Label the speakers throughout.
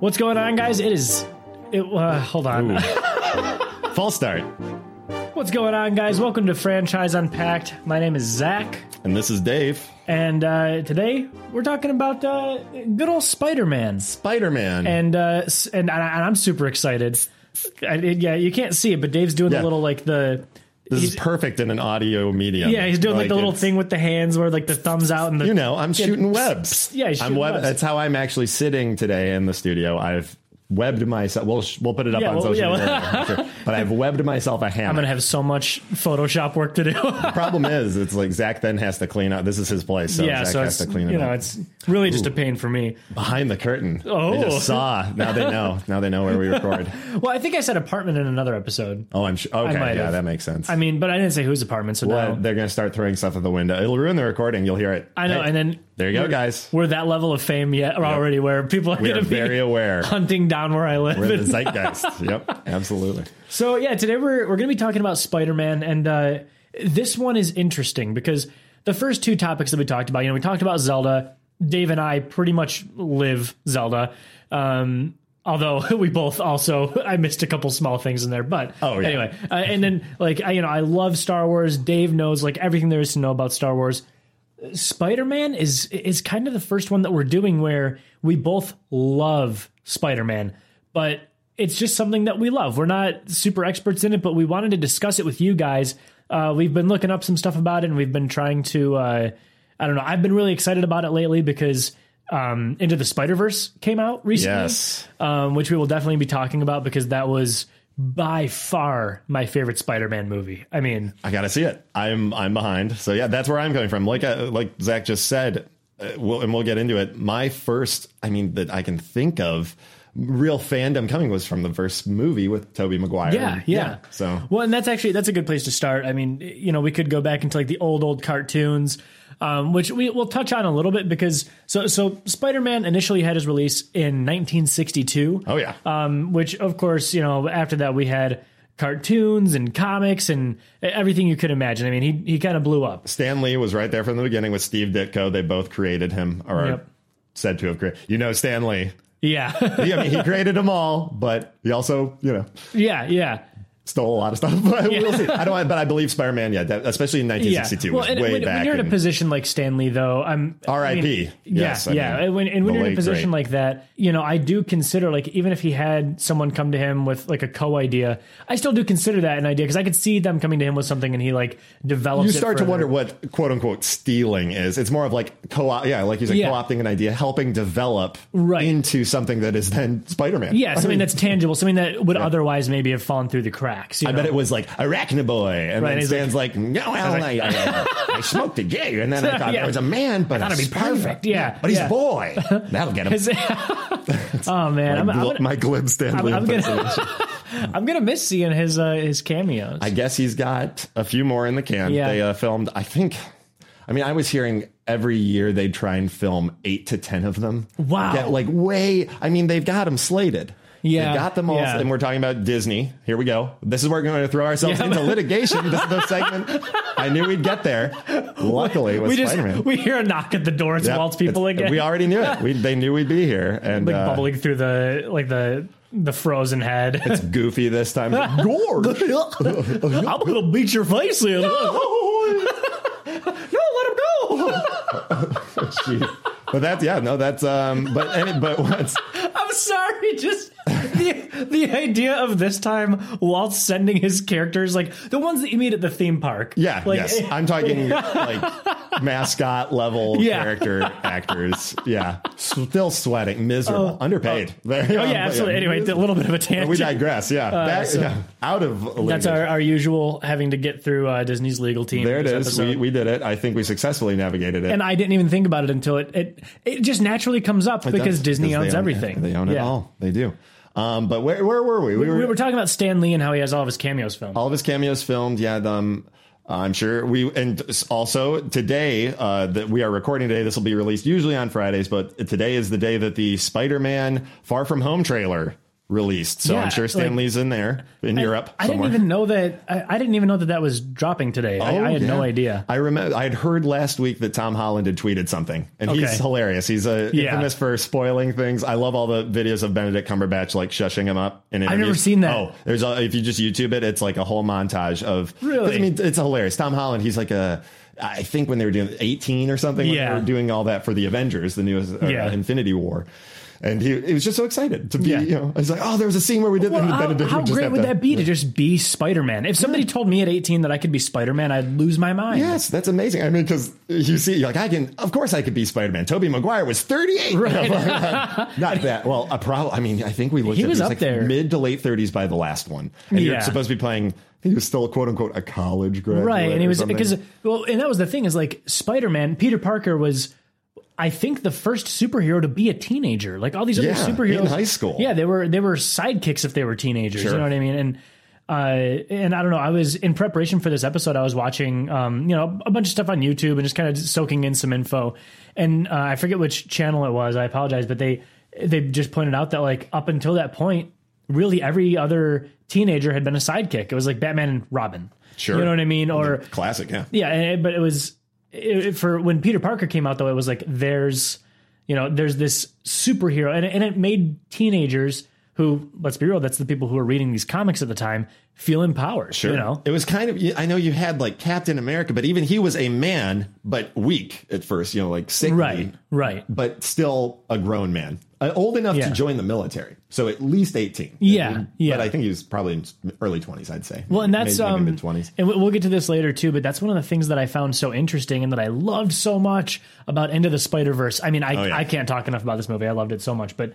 Speaker 1: What's going on, guys? It is. It, uh, hold on.
Speaker 2: False start.
Speaker 1: What's going on, guys? Welcome to Franchise Unpacked. My name is Zach,
Speaker 2: And this is Dave.
Speaker 1: and uh, today we're talking about uh, good old Spider Man.
Speaker 2: Spider Man.
Speaker 1: And, uh, s- and and I- and I'm super excited. I, it- yeah, you can't see it, but Dave's doing
Speaker 2: Yeah.
Speaker 1: the little like the
Speaker 2: this is
Speaker 1: he's-
Speaker 2: perfect in an audio medium.
Speaker 1: yeah he's doing like, the little
Speaker 2: it's-
Speaker 1: thing with the hands where like the thumbs out and the
Speaker 2: You know, I'm shooting webs.
Speaker 1: yeah, he's
Speaker 2: I'm
Speaker 1: shooting
Speaker 2: web.
Speaker 1: webs.
Speaker 2: That's how I'm actually sitting today in the studio. I've webbed myself. We'll sh- we'll put it up
Speaker 1: Yeah,
Speaker 2: on
Speaker 1: well,
Speaker 2: social
Speaker 1: yeah, well-
Speaker 2: media, I'm sure. but I've webbed myself a hammer.
Speaker 1: I'm gonna have so much Photoshop work to do.
Speaker 2: the problem is, it's like Zach then has to clean up. This is his place, so
Speaker 1: yeah,
Speaker 2: Zach
Speaker 1: so
Speaker 2: has
Speaker 1: it's
Speaker 2: to clean it
Speaker 1: you know
Speaker 2: up
Speaker 1: it's really just a pain for me.
Speaker 2: behind the curtain.
Speaker 1: Oh.
Speaker 2: they just saw. Now they know. now they know where we record.
Speaker 1: Well, I think I said apartment in another episode.
Speaker 2: Oh, I'm sure. Okay,
Speaker 1: might
Speaker 2: yeah,
Speaker 1: have.
Speaker 2: that makes sense.
Speaker 1: I mean, but I didn't say whose apartment, so
Speaker 2: Well,
Speaker 1: no.
Speaker 2: they're going to start throwing stuff at the window. It'll ruin the recording. You'll hear it.
Speaker 1: I know,
Speaker 2: Hey,
Speaker 1: and then
Speaker 2: there you go,
Speaker 1: we're-
Speaker 2: guys.
Speaker 1: We're that level of fame yet or already where people are
Speaker 2: We
Speaker 1: going
Speaker 2: are
Speaker 1: to be
Speaker 2: very aware.
Speaker 1: hunting down where I live.
Speaker 2: We're the zeitgeist. yep, absolutely.
Speaker 1: So yeah, today we're we're going to be talking about Spider Man, and uh, this one is interesting because the first two topics that we talked about, you know, we talked about Zelda. Dave and I pretty much live Zelda, um, although we both also I missed a couple small things in there, but
Speaker 2: Oh, yeah.
Speaker 1: anyway. Uh, and then like I, you know, I love Star Wars. Dave knows like everything there is to know about Star Wars. Spider Man is is kind of the first one that we're doing where we both love Spider Man, but it's just something that we love. We're not super experts in it, but we wanted to discuss it with you guys. Uh, we've been looking up some stuff about it, and we've been trying to. Uh, I don't know. I've been really excited about it lately because um, Into the Spider Verse came out recently,
Speaker 2: Yes.
Speaker 1: um, which we will definitely be talking about because that was by far my favorite Spider Man movie. I mean,
Speaker 2: I gotta see it. I'm I'm behind. So yeah, that's where I'm coming from. Like uh, like Zach just said, uh, we'll, and we'll get into it. My first, I mean, that I can think of, real fandom coming was from the first movie with Toby Maguire.
Speaker 1: Yeah,
Speaker 2: And,
Speaker 1: yeah.
Speaker 2: So
Speaker 1: well, and that's actually that's a good place to start. I mean, you know, we could go back into like the old old cartoons, um, which we will touch on a little bit because so so Spider Man initially had his release in 1962.
Speaker 2: oh yeah,
Speaker 1: Um, which of course, you know, after that we had cartoons and comics and e, everything you could imagine. I mean, he he kind of blew up.
Speaker 2: Stan Lee was right there from the beginning with Steve Ditko. They both created him, or are
Speaker 1: Yep.
Speaker 2: said to have created. You know, Stan Lee.
Speaker 1: Yeah,
Speaker 2: Yeah, I mean, he created them all, but he also, you know,
Speaker 1: yeah, yeah.
Speaker 2: stole a lot of stuff. But we'll see. I don't, but I believe Spider Man. Yeah, that, especially in 1962,
Speaker 1: Well,
Speaker 2: was
Speaker 1: and
Speaker 2: way
Speaker 1: when,
Speaker 2: back.
Speaker 1: when you're in a
Speaker 2: and-
Speaker 1: position like Stanley, though, I'm I
Speaker 2: R.I.P..
Speaker 1: mean,
Speaker 2: Yes,
Speaker 1: yeah,
Speaker 2: I
Speaker 1: yeah.
Speaker 2: mean,
Speaker 1: And when, and when
Speaker 2: the
Speaker 1: you're in a
Speaker 2: late
Speaker 1: position
Speaker 2: great.
Speaker 1: like that, you know, I do consider like even if he had someone come to him with like a co-idea, I still do consider that an idea because I could see them coming to him with something and he like develops.
Speaker 2: you
Speaker 1: it
Speaker 2: start to
Speaker 1: further.
Speaker 2: wonder what quote unquote stealing is. It's more of like co op, yeah, like you said,
Speaker 1: Yeah.
Speaker 2: co opting an idea, helping develop
Speaker 1: Right.
Speaker 2: into something that is then Spider Man.
Speaker 1: Yeah, something that's tangible, something that would otherwise maybe have fallen through the cracks. You
Speaker 2: I
Speaker 1: know?
Speaker 2: bet it was like Arachnaboy, and
Speaker 1: Right,
Speaker 2: then
Speaker 1: he's
Speaker 2: Stan's like, "No, well, I, I, I smoked a gig, and then I thought
Speaker 1: Yeah.
Speaker 2: there was a man, but
Speaker 1: thought
Speaker 2: a
Speaker 1: it'd be
Speaker 2: spider.
Speaker 1: perfect, yeah,
Speaker 2: but he's
Speaker 1: yeah.
Speaker 2: a boy. That'll get him."
Speaker 1: oh man, I'm, I'm
Speaker 2: Gl-
Speaker 1: gonna,
Speaker 2: my glib Stanley.
Speaker 1: I'm gonna, I'm gonna miss seeing his uh, his cameos.
Speaker 2: I guess he's got a few more in the can.
Speaker 1: Yeah.
Speaker 2: They uh, filmed, I think. I mean, I was hearing every year they try and film eight to ten of them.
Speaker 1: Wow.
Speaker 2: Get, like way. I mean, they've got them slated.
Speaker 1: Yeah,
Speaker 2: they got them all,
Speaker 1: yeah.
Speaker 2: and we're talking about Disney. Here we go. This is where we're going to throw ourselves
Speaker 1: Yeah.
Speaker 2: into litigation. This is the segment. I knew we'd get there. Luckily, with
Speaker 1: we just
Speaker 2: Spider Man,
Speaker 1: we hear a knock at the door. It's Walt's people again.
Speaker 2: We already knew it. We, they knew we'd be here, and
Speaker 1: like
Speaker 2: uh,
Speaker 1: bubbling through the like the the frozen head.
Speaker 2: it's goofy this time. Gorge.
Speaker 1: I'm gonna beat your face in.
Speaker 2: no, let him go. But that's yeah, no, that's um. But any, but what's
Speaker 1: I'm sorry, just the the idea of this time Walt sending his characters like the ones that you meet at the theme park.
Speaker 2: yeah,
Speaker 1: like, oh,
Speaker 2: yes, I'm talking like mascot level
Speaker 1: Yeah.
Speaker 2: character actors. Yeah, still sweating, miserable, underpaid. Very-
Speaker 1: Oh yeah, absolutely. Anyway, a little bit of a tangent.
Speaker 2: Um, we digress. Yeah, That-
Speaker 1: so-
Speaker 2: yeah. out of
Speaker 1: That's our, our usual having to get through uh, Disney's legal team.
Speaker 2: There it
Speaker 1: this
Speaker 2: is.
Speaker 1: episode.
Speaker 2: We, we did it. I think we successfully navigated it.
Speaker 1: and I didn't even think about it until it it, it just naturally comes up because
Speaker 2: That's-
Speaker 1: Disney
Speaker 2: they
Speaker 1: owns
Speaker 2: own-
Speaker 1: everything.
Speaker 2: They own it
Speaker 1: Yeah.
Speaker 2: all. They do. Um, but where where were we?
Speaker 1: We were talking about Stan Lee and how he has all of his cameos filmed.
Speaker 2: all of his cameos filmed. Yeah, um, I'm sure we and also today uh, that we are recording today. This will be released usually on Fridays, but today is the day that the Spider-Man Far From Home trailer released. So
Speaker 1: Yeah,
Speaker 2: I'm sure Stan
Speaker 1: like-
Speaker 2: Lee's in there in Europe.
Speaker 1: I
Speaker 2: somewhere. Oh,
Speaker 1: didn't even know that. I, I didn't even know that that was dropping today. I, I had no
Speaker 2: yeah.
Speaker 1: idea.
Speaker 2: I remember I had heard last week that Tom Holland had tweeted something, and
Speaker 1: Okay.
Speaker 2: he's hilarious. He's uh
Speaker 1: Yeah.
Speaker 2: infamous for spoiling things. I love all the videos of Benedict Cumberbatch like shushing him up. In interviews.
Speaker 1: never seen that.
Speaker 2: Oh, there's a, if you just YouTube it, it's like a whole montage of. 'cause,
Speaker 1: Really?
Speaker 2: I mean, it's hilarious. Tom Holland, he's like a. I think when they were doing 18 or something, when
Speaker 1: Yeah.
Speaker 2: they were doing all that for the Avengers, the newest uh,
Speaker 1: Yeah.
Speaker 2: Infinity War. And he, he was just so excited to be,
Speaker 1: Yeah.
Speaker 2: you know, he's like, oh, there was a scene where we did
Speaker 1: Well,
Speaker 2: that. and
Speaker 1: how
Speaker 2: Benedict
Speaker 1: how
Speaker 2: just
Speaker 1: great
Speaker 2: have
Speaker 1: would
Speaker 2: to-
Speaker 1: that be to just be Spider Man? If somebody told me at 18 that I could be Spider Man, I'd lose my mind.
Speaker 2: Yes, that's amazing. I mean, because you see, you're like, I can, of course, I could be Spider Man. Toby Maguire was 38. Not that. Well, a pro. I mean, I think we looked
Speaker 1: He
Speaker 2: at
Speaker 1: was
Speaker 2: he's
Speaker 1: up
Speaker 2: like
Speaker 1: there.
Speaker 2: mid to late 30s by the last one. And
Speaker 1: Yeah.
Speaker 2: you're supposed to be playing, I think he was still, quote unquote, a college graduate.
Speaker 1: right and
Speaker 2: or
Speaker 1: he was
Speaker 2: something.
Speaker 1: because well and that was the thing is like spider-man peter parker was i think the first superhero to be a teenager like all these other
Speaker 2: Yeah,
Speaker 1: superheroes
Speaker 2: in high school.
Speaker 1: yeah they were they were sidekicks if they were teenagers you
Speaker 2: Sure.
Speaker 1: know what i mean and uh, and I don't know. I was in preparation for this episode. I was watching, um, you know, a bunch of stuff on YouTube and just kind of soaking in some info. And uh, I forget which channel it was. I apologize, but they they just pointed out that like up until that point, really every other teenager had been a sidekick. It was like Batman and Robin.
Speaker 2: Sure.
Speaker 1: you know what I mean? Or
Speaker 2: classic, yeah.
Speaker 1: yeah, and it- but it was it, it- for when Peter Parker came out though. It was like there's you know there's this superhero, and it, and it made teenagers who let's be real, that's the people who were reading these comics at the time feel empowered. Sure, you know.
Speaker 2: It was kind of, I know you had like Captain America, but even he was a man, but weak at first, you know, like sickly.
Speaker 1: Right, right.
Speaker 2: But still a grown man, uh, old enough
Speaker 1: Yeah.
Speaker 2: to join the military. So at least 18.
Speaker 1: Yeah, yeah.
Speaker 2: But I think he was probably in his early 20s, I'd say.
Speaker 1: Well, and that's
Speaker 2: maybe,
Speaker 1: um,
Speaker 2: mid 20s.
Speaker 1: and we- we'll get to this later too. But that's one of the things that I found so interesting and that I loved so much about End of the Spider Verse. I mean, I
Speaker 2: Oh, yeah.
Speaker 1: I can't talk enough about this movie. I loved it so much. But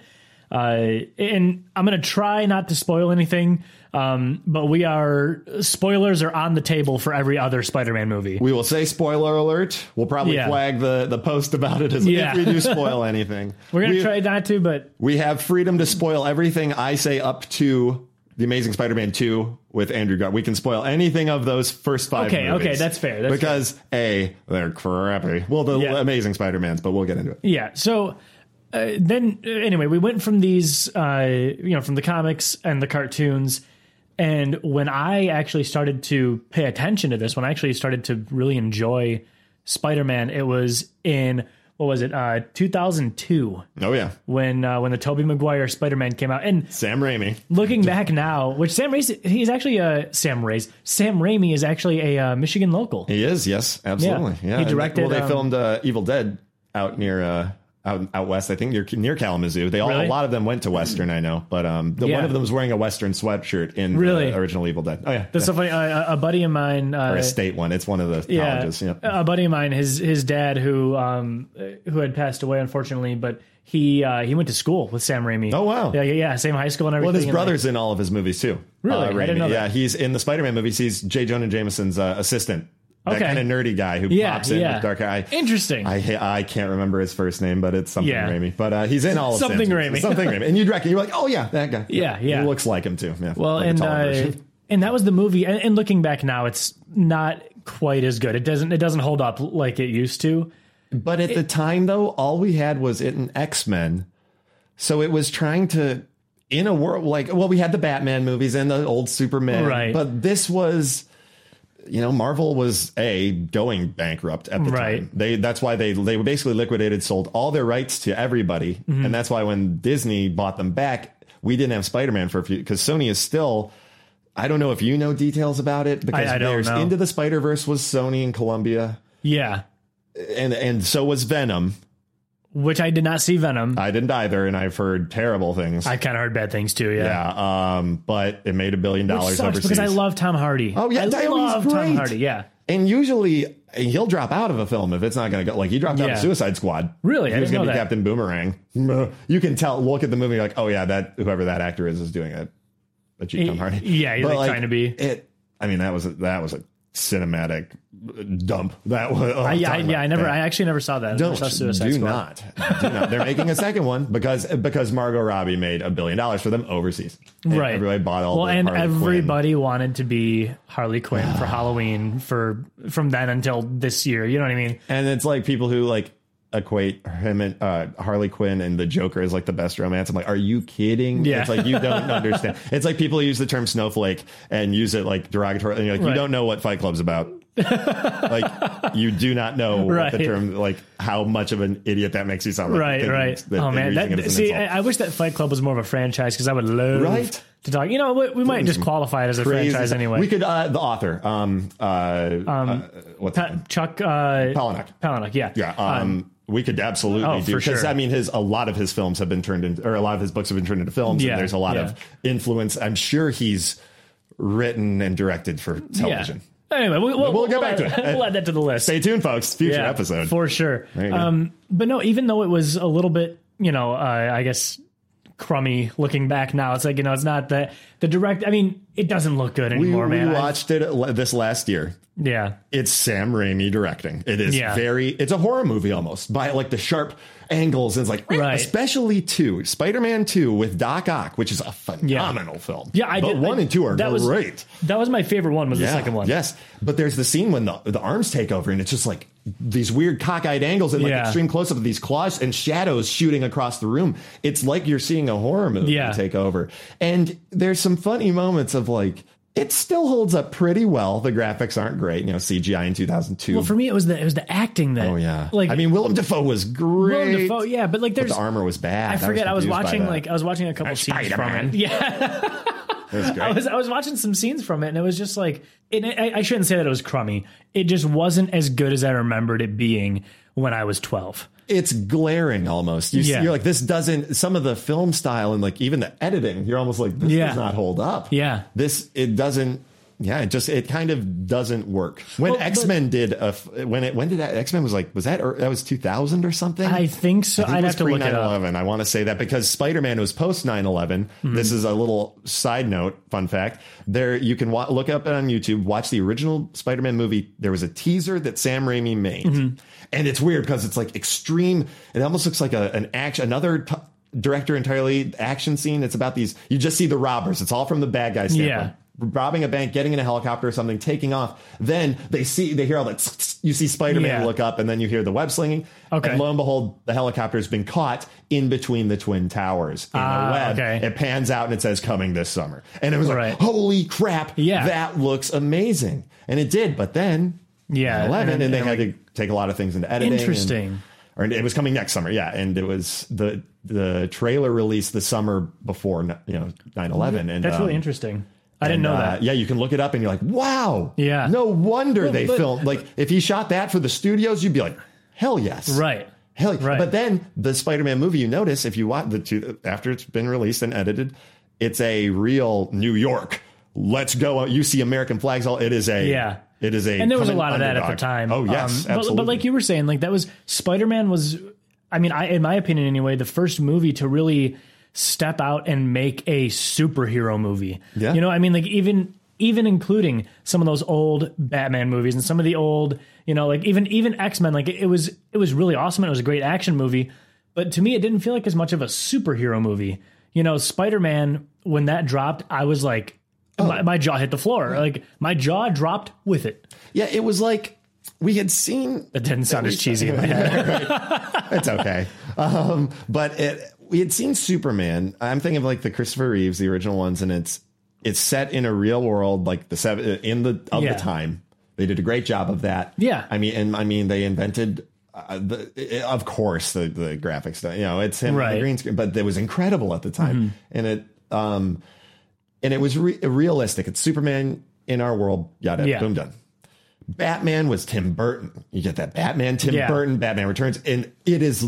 Speaker 1: uh, and I'm gonna try not to spoil anything. Um, but we are spoilers are on the table for every other Spider-Man movie.
Speaker 2: We will say spoiler alert. We'll probably
Speaker 1: Yeah.
Speaker 2: flag the, the post about it as
Speaker 1: Yeah.
Speaker 2: if we do spoil anything.
Speaker 1: We're gonna
Speaker 2: we,
Speaker 1: try not to, but
Speaker 2: we have freedom to spoil everything I say up to The Amazing Spider Man 2 with Andrew Gar. We can spoil anything of those first five
Speaker 1: Okay,
Speaker 2: movies.
Speaker 1: okay, that's fair, that's
Speaker 2: because, A, they're crappy. Well, the
Speaker 1: Yeah.
Speaker 2: Amazing Spider Man's, but we'll get into it.
Speaker 1: Yeah. So uh, then, uh, anyway, we went from these, uh, you know, from the comics and the cartoons. And when I actually started to pay attention to this, when I actually started to really enjoy Spider Man, it was in, what was it, uh, 2002
Speaker 2: Oh, yeah.
Speaker 1: when uh, when the Tobey Maguire Spider Man came out. And
Speaker 2: Sam Raimi.
Speaker 1: looking back now, which Sam Raimi, he's actually a, Sam Raimi, Sam Raimi is actually a uh, Michigan local.
Speaker 2: He is, yes, absolutely.
Speaker 1: Yeah.
Speaker 2: Yeah,
Speaker 1: He
Speaker 2: And,
Speaker 1: directed,
Speaker 2: Well, they
Speaker 1: um,
Speaker 2: filmed uh, Evil Dead out near uh, out, out west. I think near near Kalamazoo. They all
Speaker 1: Really?
Speaker 2: a lot of them went to Western. I know, but um, the,
Speaker 1: Yeah.
Speaker 2: one of them was wearing a Western sweatshirt in the
Speaker 1: Really?
Speaker 2: original Evil Dead. Oh yeah,
Speaker 1: That's so funny. Uh, a a buddy of mine, uh,
Speaker 2: or a state one. It's one of the colleges. Yeah.
Speaker 1: A buddy of mine, his his dad who um uh, who had passed away unfortunately, but he uh he went to school with Sam Raimi.
Speaker 2: Oh, wow.
Speaker 1: Yeah, yeah, yeah, same high school and everything.
Speaker 2: Well, his
Speaker 1: and,
Speaker 2: brother's in all of his movies too.
Speaker 1: Really?
Speaker 2: Uh,
Speaker 1: I didn't
Speaker 2: Raimi.
Speaker 1: know that.
Speaker 2: Yeah, he's in the Spider-Man movies. He's J. Jonah Jameson's uh, assistant. That
Speaker 1: Okay.
Speaker 2: kind of nerdy guy who
Speaker 1: like- yeah,
Speaker 2: pops in
Speaker 1: yeah.
Speaker 2: with dark eye.
Speaker 1: Interesting.
Speaker 2: I ha- I can't remember his first name, but it's something
Speaker 1: Yeah.
Speaker 2: Raimi. But uh, he's in all of
Speaker 1: Something
Speaker 2: Sam's
Speaker 1: Raimi.
Speaker 2: movies. something Raimi, and you'd reckon you're like, oh yeah, that guy.
Speaker 1: Yeah, yeah.
Speaker 2: He looks like him too. Yeah,
Speaker 1: well,
Speaker 2: like a
Speaker 1: and
Speaker 2: taller
Speaker 1: uh,
Speaker 2: version.
Speaker 1: and that was the movie. And, and looking back now, it's not quite as good. It doesn't it doesn't hold up like it used to.
Speaker 2: but at the time though, all we had was it an X Men, so it was trying to in a world like well, we had the Batman movies and the old Superman,
Speaker 1: Right.
Speaker 2: But this was. You know, Marvel was a going bankrupt at the
Speaker 1: Right.
Speaker 2: time. They that's why they they basically liquidated, sold all their rights to everybody,
Speaker 1: Mm-hmm.
Speaker 2: and that's why when Disney bought them back, we didn't have Spider Man for a few because Sony is still. I don't know if you know details about it because
Speaker 1: I don't
Speaker 2: there's
Speaker 1: know.
Speaker 2: Into the Spider Verse was Sony and Columbia,
Speaker 1: Yeah,
Speaker 2: and and so was Venom.
Speaker 1: which I did not see Venom.
Speaker 2: I didn't either, and I've heard terrible things.
Speaker 1: I kind of heard bad things too. Yeah,
Speaker 2: yeah, um, but it made a billion
Speaker 1: Which
Speaker 2: dollars
Speaker 1: sucks
Speaker 2: overseas.
Speaker 1: because I love Tom Hardy.
Speaker 2: Oh, yeah,
Speaker 1: I
Speaker 2: Dionysus
Speaker 1: love Tom
Speaker 2: great.
Speaker 1: Hardy. Yeah,
Speaker 2: and usually he'll drop out of a film if it's not going to go. Like he dropped out
Speaker 1: Yeah.
Speaker 2: of Suicide Squad.
Speaker 1: Really? I
Speaker 2: he was
Speaker 1: didn't
Speaker 2: gonna
Speaker 1: know
Speaker 2: be
Speaker 1: that.
Speaker 2: Captain Boomerang. You can tell. Look at the movie, you're like, oh yeah, that whoever that actor is is doing a a cheap Tom Hardy.
Speaker 1: yeah, he's,
Speaker 2: But,
Speaker 1: like, trying to be-
Speaker 2: it. I mean, that was a, that was a cinematic dump. That was. oh,
Speaker 1: I,
Speaker 2: I'm
Speaker 1: yeah, I,
Speaker 2: talking
Speaker 1: yeah.
Speaker 2: about
Speaker 1: I never.
Speaker 2: that.
Speaker 1: I actually never saw that. I never
Speaker 2: Don't
Speaker 1: saw Suicide
Speaker 2: do
Speaker 1: Squad.
Speaker 2: not do not. They're making a second one because because Margot Robbie made a billion dollars for them overseas. And
Speaker 1: Right.
Speaker 2: Everybody bought all.
Speaker 1: Well,
Speaker 2: the
Speaker 1: and
Speaker 2: Harley
Speaker 1: everybody wanted to be Harley Quinn for Halloween for from then until this year. You know what I mean?
Speaker 2: Quinn. and it's like people who like. uh, equate him and uh, Harley Quinn and the Joker as like the best romance. I'm like, are you kidding?
Speaker 1: Yeah.
Speaker 2: It's like you don't understand. It's like people use the term snowflake and use it like derogatory. And you're like, you
Speaker 1: Right.
Speaker 2: don't know what Fight Club's about. like you do not know what the
Speaker 1: Right.
Speaker 2: term like how much of an idiot that makes you sound. Like
Speaker 1: right,
Speaker 2: thinking
Speaker 1: right.
Speaker 2: that-
Speaker 1: oh
Speaker 2: that
Speaker 1: man,
Speaker 2: you're using it
Speaker 1: that,
Speaker 2: as an
Speaker 1: see,
Speaker 2: insult.
Speaker 1: I, I wish that Fight Club was more of a franchise because I would love
Speaker 2: Right?
Speaker 1: to talk. You know, we, we might just
Speaker 2: Please.
Speaker 1: qualify it as a
Speaker 2: Crazy.
Speaker 1: franchise anyway.
Speaker 2: We could uh, the author. Um. Uh. uh, what's his
Speaker 1: Pa-
Speaker 2: name?
Speaker 1: Chuck uh,
Speaker 2: Palahniuk.
Speaker 1: Palahniuk, yeah,
Speaker 2: Yeah. Um, we could absolutely
Speaker 1: oh,
Speaker 2: do
Speaker 1: for
Speaker 2: because
Speaker 1: sure.
Speaker 2: I mean his a lot of his films have been turned into or a lot of his books have been turned into films
Speaker 1: Yeah,
Speaker 2: and there's a lot
Speaker 1: yeah.
Speaker 2: of influence. I'm sure he's written and directed for
Speaker 1: yeah.
Speaker 2: television.
Speaker 1: Anyway, we, will
Speaker 2: we'll get back to it.
Speaker 1: We'll add that to the list.
Speaker 2: Stay tuned, folks. Future episode.
Speaker 1: for sure.
Speaker 2: you go.
Speaker 1: Um, but no, even though it was a little bit, you know, uh, I guess crummy looking back now, it's like you know, it's not that the direct. I mean, it doesn't look good
Speaker 2: we,
Speaker 1: anymore,
Speaker 2: we
Speaker 1: man. I-
Speaker 2: watched it l- this last year.
Speaker 1: yeah,
Speaker 2: It's Sam Raimi directing. It is
Speaker 1: Yeah.
Speaker 2: very. It's a horror movie almost by like the sharp angles. And it's like
Speaker 1: Right.
Speaker 2: especially two Spider Man two with Doc Ock, which is a phenomenal film.
Speaker 1: yeah. I
Speaker 2: but
Speaker 1: did,
Speaker 2: one
Speaker 1: I-
Speaker 2: and two are
Speaker 1: that was-
Speaker 2: great.
Speaker 1: that was my favorite one. Was the
Speaker 2: Yeah,
Speaker 1: second one?
Speaker 2: Yes, but there's the scene when the the arms take over, and it's just like these weird cockeyed angles and like
Speaker 1: Yeah.
Speaker 2: extreme close up of these claws and shadows shooting across the room. It's like you're seeing a horror movie
Speaker 1: Yeah.
Speaker 2: take over. And there's some funny moments of like it still holds up pretty well. The graphics aren't great, you know, CGI in 2002.
Speaker 1: Well, for me, it was the it was the acting that.
Speaker 2: oh yeah,
Speaker 1: like
Speaker 2: I mean, Willem Dafoe was great.
Speaker 1: Willem Dafoe, yeah, but like there's.
Speaker 2: The armor was bad.
Speaker 1: I forget. I was,
Speaker 2: confused by
Speaker 1: watching
Speaker 2: that.
Speaker 1: like I was watching a couple scenes from
Speaker 2: Spider-Man.
Speaker 1: it. Yeah,
Speaker 2: It was great.
Speaker 1: I was I was watching some scenes from it, and it was just like it, I, I shouldn't say that it was crummy. It just wasn't as good as I remembered it being when I was twelve.
Speaker 2: it's glaring almost. You,
Speaker 1: Yeah.
Speaker 2: You're like, this doesn't, some of the film style and like even the editing, you're almost like, this
Speaker 1: Yeah.
Speaker 2: does not hold up.
Speaker 1: Yeah.
Speaker 2: This, it doesn't, yeah, it just, it kind of doesn't work. When
Speaker 1: Well, but-
Speaker 2: X Men did, a, f- when it, when did that, X Men was like, was that, or, that was 2000 or something?
Speaker 1: I think so.
Speaker 2: It
Speaker 1: I'd
Speaker 2: was
Speaker 1: have to
Speaker 2: pre
Speaker 1: look it up.
Speaker 2: 9/11. I want to say that because Spider Man was post 9 11.
Speaker 1: Mm-hmm.
Speaker 2: This is a little side note, fun fact. There, you can wa- look up it on YouTube, watch the original Spider Man movie. There was a teaser that Sam Raimi made,
Speaker 1: Mm-hmm.
Speaker 2: and it's weird because it's like extreme. It almost looks like a, an action, another. T- Director entirely action scene. It's about these. You just see the robbers. It's all from the bad guy standpoint
Speaker 1: Yeah.
Speaker 2: robbing a bank, getting in a helicopter or something, taking off. Then they see, they hear all that. tsk, tsk, You see Spider Man
Speaker 1: Yeah.
Speaker 2: look up, and then you hear the web slinging.
Speaker 1: Okay.
Speaker 2: And lo and behold, the helicopter's been caught in between the twin towers in
Speaker 1: Ah,
Speaker 2: a web.
Speaker 1: okay.
Speaker 2: It pans out and it says coming this summer. And it was
Speaker 1: Right.
Speaker 2: like, holy crap,
Speaker 1: Yeah.
Speaker 2: that looks amazing. And it did, but then
Speaker 1: Yeah,
Speaker 2: 11,
Speaker 1: and
Speaker 2: and,
Speaker 1: then-
Speaker 2: they
Speaker 1: and
Speaker 2: had to take a lot of things into editing. and-
Speaker 1: Interesting.
Speaker 2: or it was coming next summer, yeah, and it was the the trailer released the summer before you know 9-11. and
Speaker 1: That's
Speaker 2: um,
Speaker 1: really interesting. I didn't
Speaker 2: and,
Speaker 1: know
Speaker 2: uh,
Speaker 1: that.
Speaker 2: yeah, you can look it up and you're like, wow.
Speaker 1: Yeah.
Speaker 2: No wonder they
Speaker 1: but-
Speaker 2: filmed. Like, if he shot that for the studios, you'd be like, hell yes.
Speaker 1: Right.
Speaker 2: Hell yeah.
Speaker 1: Right.
Speaker 2: But then the Spider Man movie, you notice if you watch the two, after it's been released and edited, it's a real New York. Let's go. You see American flags. All it is a
Speaker 1: Yeah.
Speaker 2: It is a
Speaker 1: And there was a
Speaker 2: coming
Speaker 1: lot of that at the
Speaker 2: underdog.
Speaker 1: time.
Speaker 2: Oh yes,
Speaker 1: Um, but,
Speaker 2: absolutely.
Speaker 1: but like you were saying, like that was Spider Man was, I mean, I in my opinion anyway, the first movie to really step out and make a superhero movie.
Speaker 2: Yeah.
Speaker 1: You know, I mean, like even even including some of those old Batman movies and some of the old, you know, like even even X Men, like it, it was it was really awesome and it was a great action movie. But to me, it didn't feel like as much of a superhero movie. You know, Spider Man when that dropped, I was like.
Speaker 2: Oh.
Speaker 1: My, my jaw hit the floor. Like my jaw dropped with it.
Speaker 2: yeah, it was like we had seen
Speaker 1: That didn't sound as cheesy in my head.
Speaker 2: it's okay. Um, but it, we had seen Superman. I'm thinking of like the Christopher Reeves, the original ones, and it's it's set in a real world, like the seven in the of
Speaker 1: Yeah.
Speaker 2: the time. They did a great job of that.
Speaker 1: Yeah.
Speaker 2: I mean, and I mean, they invented. Uh, the, it- of course, the the graphics, you know, it's him on the
Speaker 1: Right. Mm-hmm.
Speaker 2: green screen, but it was incredible at the time, and it um, and it was re- realistic. It's Superman in our world, yada,
Speaker 1: Yeah.
Speaker 2: boom, done. Batman was Tim Burton. You get that Batman, Tim
Speaker 1: Yeah.
Speaker 2: Burton, Batman Returns, and it is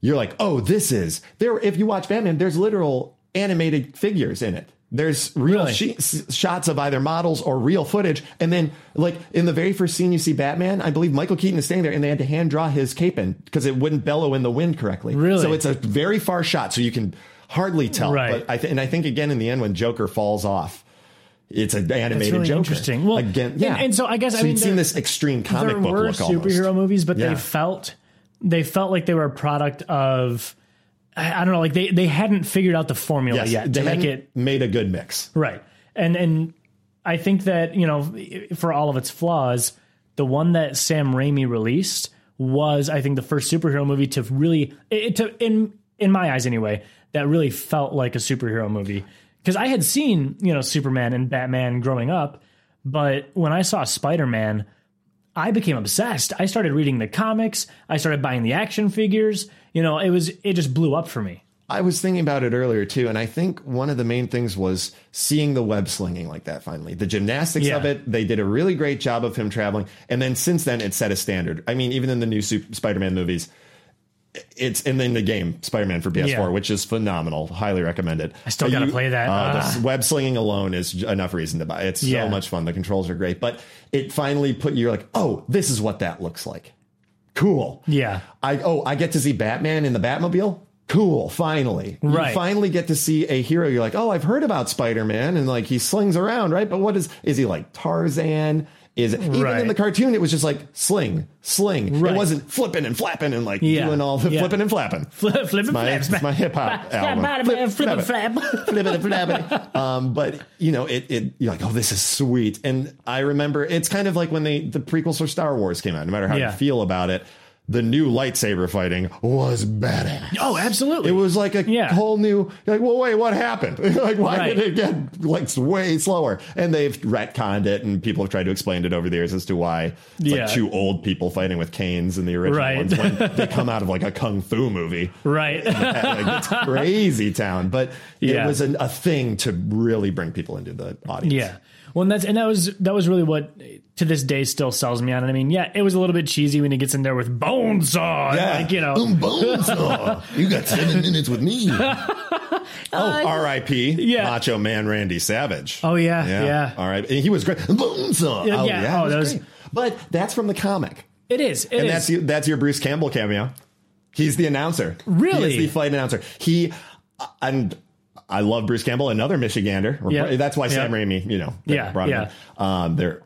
Speaker 2: you're like, oh, this is there. If you watch Batman, there's literal animated figures in it. There's real
Speaker 1: Really?
Speaker 2: she- s- shots of either models or real footage, and then like in the very first scene you see Batman, I believe Michael Keaton is standing there, and they had to hand draw his cape in because it wouldn't bellow in the wind correctly.
Speaker 1: Really?
Speaker 2: so it's a very far shot, so you can hardly tell.
Speaker 1: Right.
Speaker 2: But I th- and I think again in the end when Joker falls off. It's an animated
Speaker 1: really
Speaker 2: Joker.
Speaker 1: interesting. Well,
Speaker 2: again,
Speaker 1: and-
Speaker 2: yeah.
Speaker 1: and so I guess, I mean,
Speaker 2: you'd seen
Speaker 1: there-
Speaker 2: this extreme comic
Speaker 1: There
Speaker 2: book
Speaker 1: were
Speaker 2: look almost.
Speaker 1: superhero movies, but
Speaker 2: Yeah.
Speaker 1: they felt they felt like they were a product of I I don't know, like they they hadn't figured out the formula
Speaker 2: Yes,
Speaker 1: yet
Speaker 2: they
Speaker 1: to make
Speaker 2: hadn't
Speaker 1: it
Speaker 2: made a good mix.
Speaker 1: right. And and I think that you know, for all of its flaws, the one that Sam Raimi released was I think the first superhero movie to really it, it to in in my eyes anyway that really felt like a superhero movie because I had seen you know Superman and Batman growing up, but when I saw Spider Man. I became obsessed. I started reading the comics. I started buying the action figures. You know, it was it just blew up for me.
Speaker 2: I was thinking about it earlier too, and I think one of the main things was seeing the web slinging like that finally. The gymnastics
Speaker 1: Yeah.
Speaker 2: of it, they did a really great job of him traveling. And then since then, it set a standard. I mean, even in the new Sup- Spider Man movies, it's and then the game Spider Man for PS4,
Speaker 1: Yeah.
Speaker 2: which is phenomenal. Highly recommend it. I
Speaker 1: still gotta play that.
Speaker 2: uh,
Speaker 1: Ah.
Speaker 2: the web slinging alone is j- enough reason to buy. it. It's
Speaker 1: Yeah.
Speaker 2: so much fun. The controls are great, but it finally put you're like, oh, this is what that looks like. Cool.
Speaker 1: Yeah.
Speaker 2: I oh, I get to see Batman in the Batmobile. Cool, finally.
Speaker 1: Right.
Speaker 2: You finally get to see a hero. You're like, oh, I've heard about Spider-Man, and like he slings around, right? But what is is he like Tarzan? Is it, even
Speaker 1: Right.
Speaker 2: in the cartoon, it was just like sling, sling.
Speaker 1: Right.
Speaker 2: It wasn't flipping and flapping and like
Speaker 1: Yeah.
Speaker 2: doing all the
Speaker 1: Yeah.
Speaker 2: flipping and flapping.
Speaker 1: Flip, flip and
Speaker 2: my-
Speaker 1: flaps,
Speaker 2: it's my hip-hop album.
Speaker 1: Flip,
Speaker 2: Flip,
Speaker 1: flip and
Speaker 2: flap
Speaker 1: flap.
Speaker 2: flipping and flapping. Um, but you know, it, it you're like, oh, this is sweet. And I remember it's kind of like when they the prequels for Star Wars came out. No matter how
Speaker 1: Yeah.
Speaker 2: you feel about it, the new lightsaber fighting was badass.
Speaker 1: Oh, absolutely.
Speaker 2: It was like a
Speaker 1: Yeah.
Speaker 2: whole new. You're like, well, wait, what happened? like, why
Speaker 1: Right.
Speaker 2: did it get like way slower? And they've retconned it, and people have tried to explain it over the years as to why it's
Speaker 1: Yeah.
Speaker 2: like two old people fighting with canes in the original
Speaker 1: Right.
Speaker 2: ones when they come out of like a kung fu movie
Speaker 1: right.
Speaker 2: like, it's crazy town, but
Speaker 1: Yeah.
Speaker 2: it was an, a thing to really bring people into the audience.
Speaker 1: yeah. Well, and that's and that was that was really what to this day still sells me on it. I mean, yeah, it was a little bit cheesy when he gets in there with bone saw. and,
Speaker 2: Yeah.
Speaker 1: Like, you know.
Speaker 2: Boom, boom, saw. you got seven minutes with me. Oh, R.I.P.
Speaker 1: Uh, yeah.
Speaker 2: Macho Man Randy Savage.
Speaker 1: Oh yeah, yeah.
Speaker 2: All right. And he was great. Boom, saw.
Speaker 1: Yeah,
Speaker 2: oh,
Speaker 1: yeah. Oh,
Speaker 2: yeah. it was
Speaker 1: that was-
Speaker 2: great. But that's from the comic.
Speaker 1: It is. It
Speaker 2: and
Speaker 1: is.
Speaker 2: that's your, that's your Bruce Campbell cameo. He's the announcer.
Speaker 1: Really?
Speaker 2: He is the fight announcer. He uh, and I love Bruce Campbell, another Michigander. We're-
Speaker 1: Yeah.
Speaker 2: That's why
Speaker 1: Yeah.
Speaker 2: Sam Raimi, you know,
Speaker 1: Yeah,
Speaker 2: brought him. in. Um, they're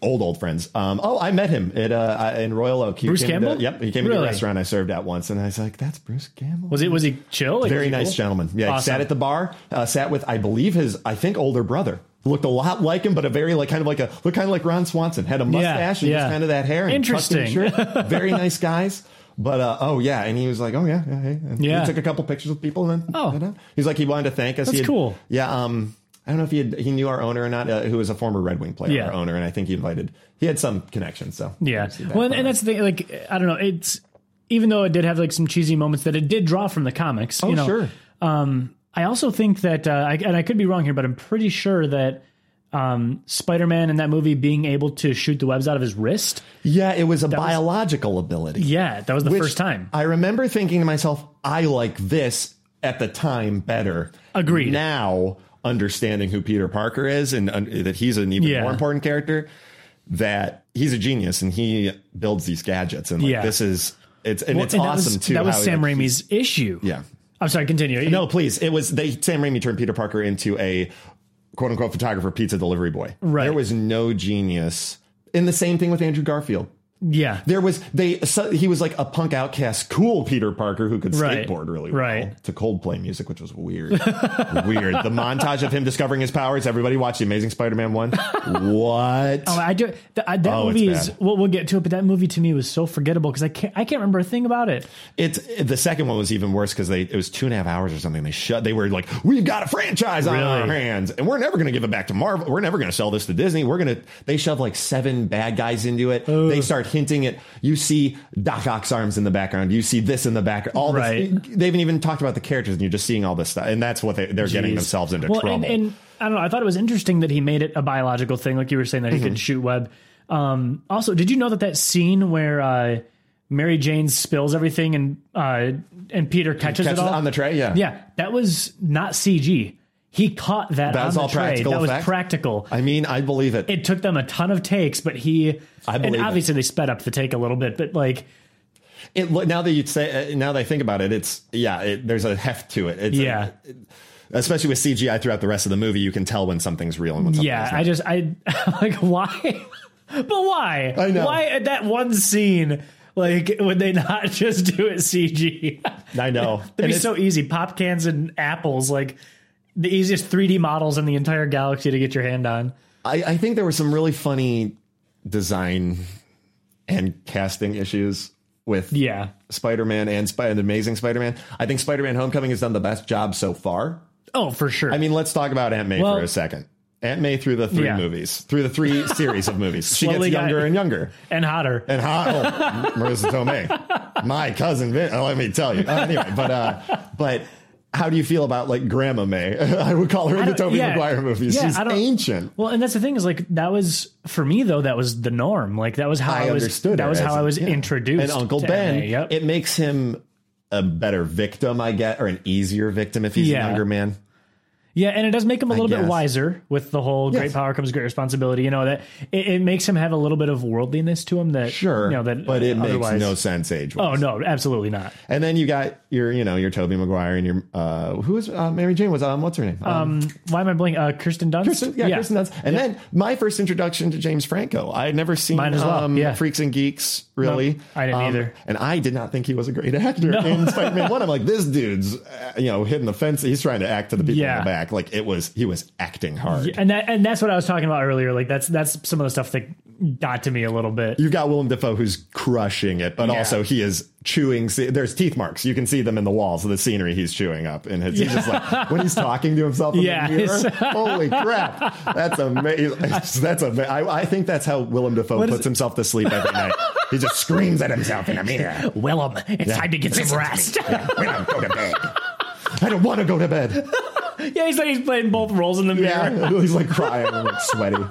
Speaker 2: old old friends. Um, oh, I met him at uh, I- in Royal Oak. He
Speaker 1: Bruce
Speaker 2: came
Speaker 1: Campbell?
Speaker 2: To, yep, he came to
Speaker 1: Really?
Speaker 2: the restaurant I served at once, and I was like, "That's Bruce Campbell."
Speaker 1: was it? Was he chill? Like, was
Speaker 2: Very
Speaker 1: he
Speaker 2: nice
Speaker 1: cool?
Speaker 2: gentleman. Yeah, he
Speaker 1: Awesome.
Speaker 2: sat at the bar. Uh, sat with, I believe, his I think older brother. Looked a lot like him, but a very like kind of like a looked kind of like Ron Swanson. Had a mustache and
Speaker 1: yeah.
Speaker 2: just kind of that hair. And tucked in his
Speaker 1: Interesting.
Speaker 2: shirt. very nice guys. But uh, oh yeah, and he was like, oh yeah, yeah, hey. And
Speaker 1: Yeah.
Speaker 2: He took a couple pictures with people and then
Speaker 1: Oh.
Speaker 2: he's like he wanted to thank us.
Speaker 1: That's
Speaker 2: he had,
Speaker 1: cool.
Speaker 2: Yeah. Um, I don't know if he had, he knew our owner or not, uh, who was a former Red Wing player,
Speaker 1: Yeah.
Speaker 2: our owner, and I think he invited. He had some connection, so
Speaker 1: Yeah.
Speaker 2: obviously that
Speaker 1: Well, and,
Speaker 2: part.
Speaker 1: and that's the thing. Like, I don't know. It's even though it did have like some cheesy moments that it did draw from the comics.
Speaker 2: oh
Speaker 1: you know,
Speaker 2: sure.
Speaker 1: I also think that, uh, I, and I could be wrong here, but I'm pretty sure that um, Spider-Man in that movie being able to shoot the webs out of his wrist.
Speaker 2: Yeah, it was a biological ability.
Speaker 1: Yeah, that was the
Speaker 2: Which
Speaker 1: first time.
Speaker 2: I remember thinking to myself, I like this at the time better.
Speaker 1: Agreed.
Speaker 2: Now, understanding who Peter Parker is and un- that he's an even
Speaker 1: Yeah.
Speaker 2: more important character, that he's a genius and he builds these gadgets. And like,
Speaker 1: Yeah.
Speaker 2: this is, it's, and it's
Speaker 1: And that was-
Speaker 2: awesome too.
Speaker 1: That was
Speaker 2: how he,
Speaker 1: Sam
Speaker 2: like,
Speaker 1: Raimi's issue.
Speaker 2: Yeah.
Speaker 1: I'm sorry. Continue.
Speaker 2: No, please. It was, they, Sam Raimi turned Peter Parker into a quote unquote photographer, pizza delivery boy.
Speaker 1: Right.
Speaker 2: There was no genius. And the same thing with Andrew Garfield.
Speaker 1: Yeah.
Speaker 2: There was they so he was like a punk outcast, cool Peter Parker who could
Speaker 1: Right.
Speaker 2: skateboard really well
Speaker 1: Right.
Speaker 2: to Coldplay music, which was weird. weird. The montage of him discovering his powers. Everybody watched the Amazing Spider-Man one. what?
Speaker 1: Oh, I do. Th- I, that
Speaker 2: Oh, it's
Speaker 1: movie is.
Speaker 2: bad.
Speaker 1: We'll, we'll get to it, but that movie to me was so forgettable because I can't. I can't remember a thing about it.
Speaker 2: It's the second one was even worse because they it was two and a half hours or something. They shut. They were like, "We've got a franchise on our
Speaker 1: Really?
Speaker 2: hands, and we're never going to give it back to Marvel. We're never going to sell this to Disney. We're going to." They shove like seven bad guys into it. They start hinting at. You see Doc Ock's arms in the background. You see this in the background. All
Speaker 1: Right.
Speaker 2: this, they haven't even talked about the characters, and you're just seeing all this stuff. And that's what they, they're getting
Speaker 1: Jeez.
Speaker 2: themselves into
Speaker 1: well,
Speaker 2: trouble.
Speaker 1: And, and I don't know. I thought it was interesting that he made it a biological thing, like you were saying that
Speaker 2: Mm-hmm.
Speaker 1: he could shoot web. Um, also, did you know that that scene where uh, Mary Jane spills everything and uh, and Peter catches
Speaker 2: Catches
Speaker 1: it all
Speaker 2: on the tray, yeah.
Speaker 1: yeah, that was not CG. He caught that.
Speaker 2: That
Speaker 1: on
Speaker 2: was
Speaker 1: the
Speaker 2: all
Speaker 1: tray.
Speaker 2: practical
Speaker 1: That was
Speaker 2: effect?
Speaker 1: practical.
Speaker 2: I mean, I believe it.
Speaker 1: It took them a ton of takes, but he
Speaker 2: I
Speaker 1: and
Speaker 2: believe it.
Speaker 1: obviously they sped up the take a little bit, but like
Speaker 2: it lo- now that you say uh, now that I think about it, it's yeah. It, there's a heft to it. It's a-
Speaker 1: yeah.
Speaker 2: especially with CGI throughout the rest of the movie, you can tell when something's real and when something's
Speaker 1: Yeah,
Speaker 2: not.
Speaker 1: I just I like why, but why?
Speaker 2: I know.
Speaker 1: why at that one scene. Like, would they not just do it CG? That'd
Speaker 2: I know. That'd
Speaker 1: be so easy. Pop cans and apples, like the easiest 3D models in the entire galaxy to get your hand on.
Speaker 2: I, I think there were some really funny design and casting issues. with
Speaker 1: Yeah.
Speaker 2: Spider-Man and, Sp- and Amazing Spider-Man. I think Spider-Man: Homecoming has done the best job so far.
Speaker 1: Oh, for sure.
Speaker 2: I mean, let's talk about Aunt May
Speaker 1: Well-
Speaker 2: for a second. Aunt May through the three
Speaker 1: Yeah.
Speaker 2: movies, through the three series of movies, she gets
Speaker 1: Slowly got-
Speaker 2: younger and younger
Speaker 1: and hotter.
Speaker 2: and hot. Oh, Marissa Tomei, my cousin Vin. Oh, let me tell you. Uh, anyway, but uh, but how do you feel about like Grandma May? I would call her in the
Speaker 1: don't-
Speaker 2: Tobey
Speaker 1: yeah.
Speaker 2: Maguire movies.
Speaker 1: Yeah,
Speaker 2: She's
Speaker 1: I don't-
Speaker 2: ancient.
Speaker 1: Well, and that's the thing is like that was for me though that was the norm. Like that was how I,
Speaker 2: I,
Speaker 1: was
Speaker 2: understood.
Speaker 1: that
Speaker 2: her
Speaker 1: was
Speaker 2: as-
Speaker 1: how I was
Speaker 2: yeah.
Speaker 1: introduced.
Speaker 2: And Uncle
Speaker 1: to
Speaker 2: Ben.
Speaker 1: MA, Yep.
Speaker 2: It makes him a better victim, I get, or an easier victim if he's
Speaker 1: Yeah.
Speaker 2: a younger man.
Speaker 1: yeah, and it does make him a little bit
Speaker 2: guess.
Speaker 1: wiser with the whole great
Speaker 2: Yes.
Speaker 1: power comes great responsibility. You know that it, it makes him have a little bit of worldliness to him that
Speaker 2: Sure,
Speaker 1: you know that
Speaker 2: but it makes
Speaker 1: otherwise-
Speaker 2: no sense age.
Speaker 1: Oh no, absolutely not.
Speaker 2: And then you got your, you know, your Toby Maguire and your uh, who was uh, Mary Jane was um, what's her name? Um,
Speaker 1: Um, why am I blinking? Uh, Kirsten Dunst.
Speaker 2: Kristen, yeah, Kristen Dunst. And then my first introduction to James Franco. I had never seen
Speaker 1: Mine as well,
Speaker 2: um,
Speaker 1: yeah.
Speaker 2: Freaks and Geeks really. Um,
Speaker 1: Nope, I didn't either.
Speaker 2: And I did not think he was a great actor in Spider Man One. I'm like, this dude's, uh, you know, hitting the fence. He's trying to act to the people in
Speaker 1: Yeah.
Speaker 2: the back. Like it was, he was acting hard.
Speaker 1: And that and that's what I was talking about earlier. Like that's that's some of the stuff that got to me a little bit.
Speaker 2: You've got Willem Dafoe who's crushing it, but
Speaker 1: Yeah.
Speaker 2: also he is chewing. se- There's teeth marks. You can see them in the walls of the scenery he's chewing up. And it's, he's just like, when he's talking to himself in
Speaker 1: Yeah,
Speaker 2: the mirror,
Speaker 1: it's-
Speaker 2: holy crap. That's amazing. That's amazing. I, I think that's how Willem Dafoe
Speaker 1: is
Speaker 2: puts
Speaker 1: it?
Speaker 2: himself to sleep every night. He just screams at himself in the mirror.
Speaker 1: Willem, it's time to get some rest.
Speaker 2: Yeah, we don't go to bed. I don't want to go to bed.
Speaker 1: yeah, he's like he's playing both roles in the mirror.
Speaker 2: Yeah, he's like crying and like sweaty.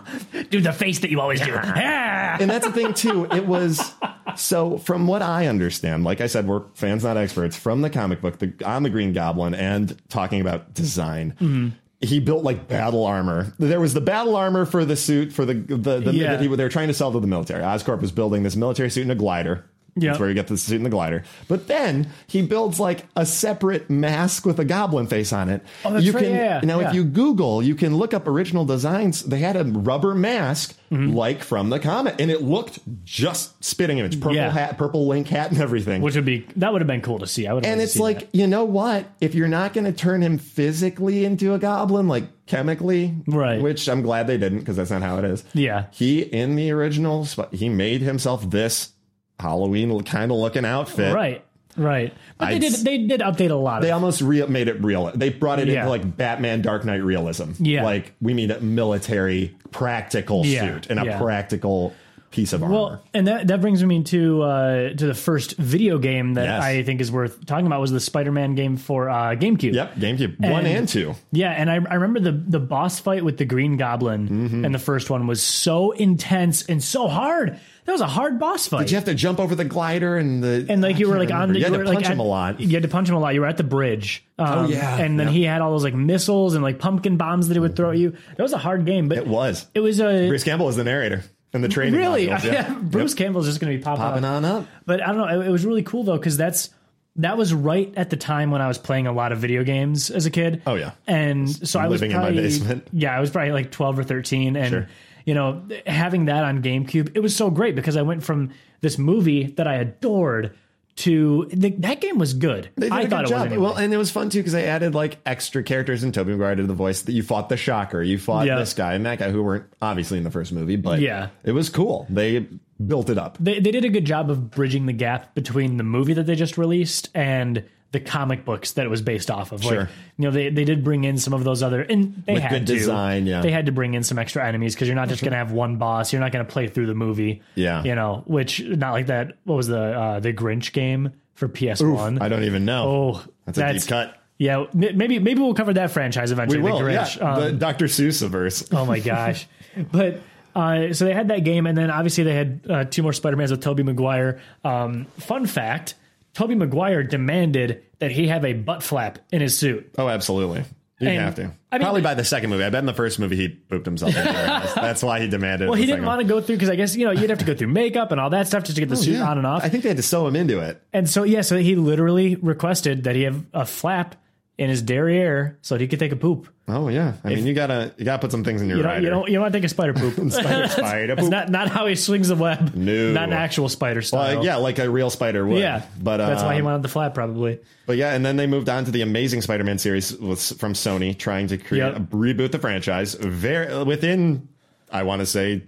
Speaker 1: Do the face that you always do. Yeah.
Speaker 2: and that's the thing too. It was so from what I understand, like I said, we're fans, not experts. From the comic book, the on the Green Goblin, and talking about design.
Speaker 1: Mm-hmm.
Speaker 2: He built like battle armor. There was the battle armor for the suit for the the, the
Speaker 1: Yeah.
Speaker 2: that he, they were trying to sell to the military. Oscorp was building this military suit and a glider.
Speaker 1: Yeah.
Speaker 2: That's where you get the suit and the glider. But then he builds like a separate mask with a goblin face on it.
Speaker 1: Oh, that's
Speaker 2: you
Speaker 1: right,
Speaker 2: Can,
Speaker 1: yeah,
Speaker 2: now,
Speaker 1: yeah.
Speaker 2: if you Google, you can look up original designs. They had a rubber mask
Speaker 1: Mm-hmm.
Speaker 2: like from the comic, and it looked just spitting image. Purple
Speaker 1: Yeah.
Speaker 2: hat, purple link hat, and everything.
Speaker 1: Which would be that would have been cool to see. I would. have
Speaker 2: and
Speaker 1: liked to
Speaker 2: it's
Speaker 1: see
Speaker 2: like,
Speaker 1: that.
Speaker 2: you know what? If you're not going to turn him physically into a goblin, like chemically,
Speaker 1: Right.
Speaker 2: Which I'm glad they didn't, because that's not how it is.
Speaker 1: Yeah.
Speaker 2: he in the original, sp- he made himself this Halloween kind of looking outfit,
Speaker 1: right, right. But
Speaker 2: I'd
Speaker 1: they did
Speaker 2: s-
Speaker 1: they did update a lot.
Speaker 2: They
Speaker 1: Of,
Speaker 2: almost re- made it real. They brought it
Speaker 1: Yeah.
Speaker 2: into like Batman Dark Knight realism.
Speaker 1: Yeah.
Speaker 2: Like we need a military practical
Speaker 1: Yeah,
Speaker 2: suit and a
Speaker 1: yeah.
Speaker 2: practical piece of armor.
Speaker 1: well, and that that brings me to uh, to the first video game that
Speaker 2: Yes.
Speaker 1: I think is worth talking about was the Spider-Man game for uh, GameCube.
Speaker 2: yep, GameCube one
Speaker 1: and-
Speaker 2: and two.
Speaker 1: Yeah, and I, I remember the the boss fight with the Green Goblin,
Speaker 2: Mm-hmm.
Speaker 1: and the first one was so intense and so hard. That was a hard boss fight.
Speaker 2: Did you have to jump over the glider and the
Speaker 1: and like
Speaker 2: I
Speaker 1: you were
Speaker 2: can't
Speaker 1: like on
Speaker 2: remember.
Speaker 1: the
Speaker 2: you had
Speaker 1: you
Speaker 2: to
Speaker 1: were,
Speaker 2: punch
Speaker 1: like,
Speaker 2: him
Speaker 1: at-
Speaker 2: a lot. Oh,
Speaker 1: You had to punch him a lot. You were at the bridge. Um,
Speaker 2: yeah,
Speaker 1: and then
Speaker 2: yeah.
Speaker 1: he had all those like missiles and like pumpkin bombs that he would throw at you. That was a hard game, but
Speaker 2: It was.
Speaker 1: it was a
Speaker 2: Bruce Campbell was the narrator and the training.
Speaker 1: really
Speaker 2: modules, yeah.
Speaker 1: Bruce Campbell's just going to be popping,
Speaker 2: Popping
Speaker 1: up.
Speaker 2: on up.
Speaker 1: But I don't know. It, it was really cool though because that's that was right at the time when I was playing a lot of video games as a kid.
Speaker 2: Oh, yeah.
Speaker 1: and so I was
Speaker 2: living in my
Speaker 1: probably-
Speaker 2: basement.
Speaker 1: Yeah, I was probably like twelve or thirteen, and
Speaker 2: Sure.
Speaker 1: you know, having that on GameCube, it was so great because I went from this movie that I adored to the, that game was good.
Speaker 2: They did
Speaker 1: I
Speaker 2: a
Speaker 1: thought
Speaker 2: good
Speaker 1: it
Speaker 2: job.
Speaker 1: was anyway.
Speaker 2: well, and it was fun too because they added like extra characters in Toby Maguire did the voice that you fought the Shocker, you fought
Speaker 1: Yeah.
Speaker 2: this guy and that guy who weren't obviously in the first movie, but
Speaker 1: Yeah.
Speaker 2: it was cool. They built it up.
Speaker 1: they, they did a good job of bridging the gap between the movie that they just released and the comic books that it was based off of. Like,
Speaker 2: Sure.
Speaker 1: you know, they, they did bring in some of those other, and they
Speaker 2: With
Speaker 1: had
Speaker 2: good
Speaker 1: to.
Speaker 2: design, yeah.
Speaker 1: They had to bring in some extra enemies because you're not just going to have one boss. You're not going to play through the movie.
Speaker 2: Yeah.
Speaker 1: You know, which not like that. What was the uh, the Grinch game for PS One?
Speaker 2: I don't even know.
Speaker 1: Oh,
Speaker 2: that's a deep cut.
Speaker 1: Yeah, m- maybe maybe we'll cover that franchise eventually.
Speaker 2: We
Speaker 1: the
Speaker 2: will,
Speaker 1: Grinch.
Speaker 2: yeah.
Speaker 1: Um,
Speaker 2: the Dr. Seuss verse.
Speaker 1: Oh my gosh. but uh, so they had that game, and then obviously they had uh, two more Spider-Mans with Tobey Maguire. Um, fun fact, Tobey Maguire demanded that he have a butt flap in his suit.
Speaker 2: Oh, absolutely. You
Speaker 1: And-
Speaker 2: have to.
Speaker 1: I mean-
Speaker 2: Probably by the second movie. I bet in the first movie he pooped himself. in the ass. That's why he demanded.
Speaker 1: Well, Oh, he didn't want to go through because I guess you know you'd have to go through makeup and all that stuff just to get the suit on and off.
Speaker 2: I think they had to sew him into it.
Speaker 1: And so yeah, so he literally requested that he have a flap in his derriere so that he could take a poop.
Speaker 2: Oh yeah. I mean, you gotta you gotta put some things in your
Speaker 1: You don't,
Speaker 2: rider.
Speaker 1: you don't, you don't want to take a spider poop. That's
Speaker 2: Spider, spider, poop.
Speaker 1: not not how he swings the web.
Speaker 2: No.
Speaker 1: not an actual spider style.
Speaker 2: Like, yeah, like a real spider would.
Speaker 1: yeah.
Speaker 2: but uh,
Speaker 1: that's why he wanted the flap probably.
Speaker 2: But yeah, and then they moved on to the Amazing Spider-Man series with, from Sony, trying to create
Speaker 1: Yep.
Speaker 2: reboot the franchise. Very within, I want to say,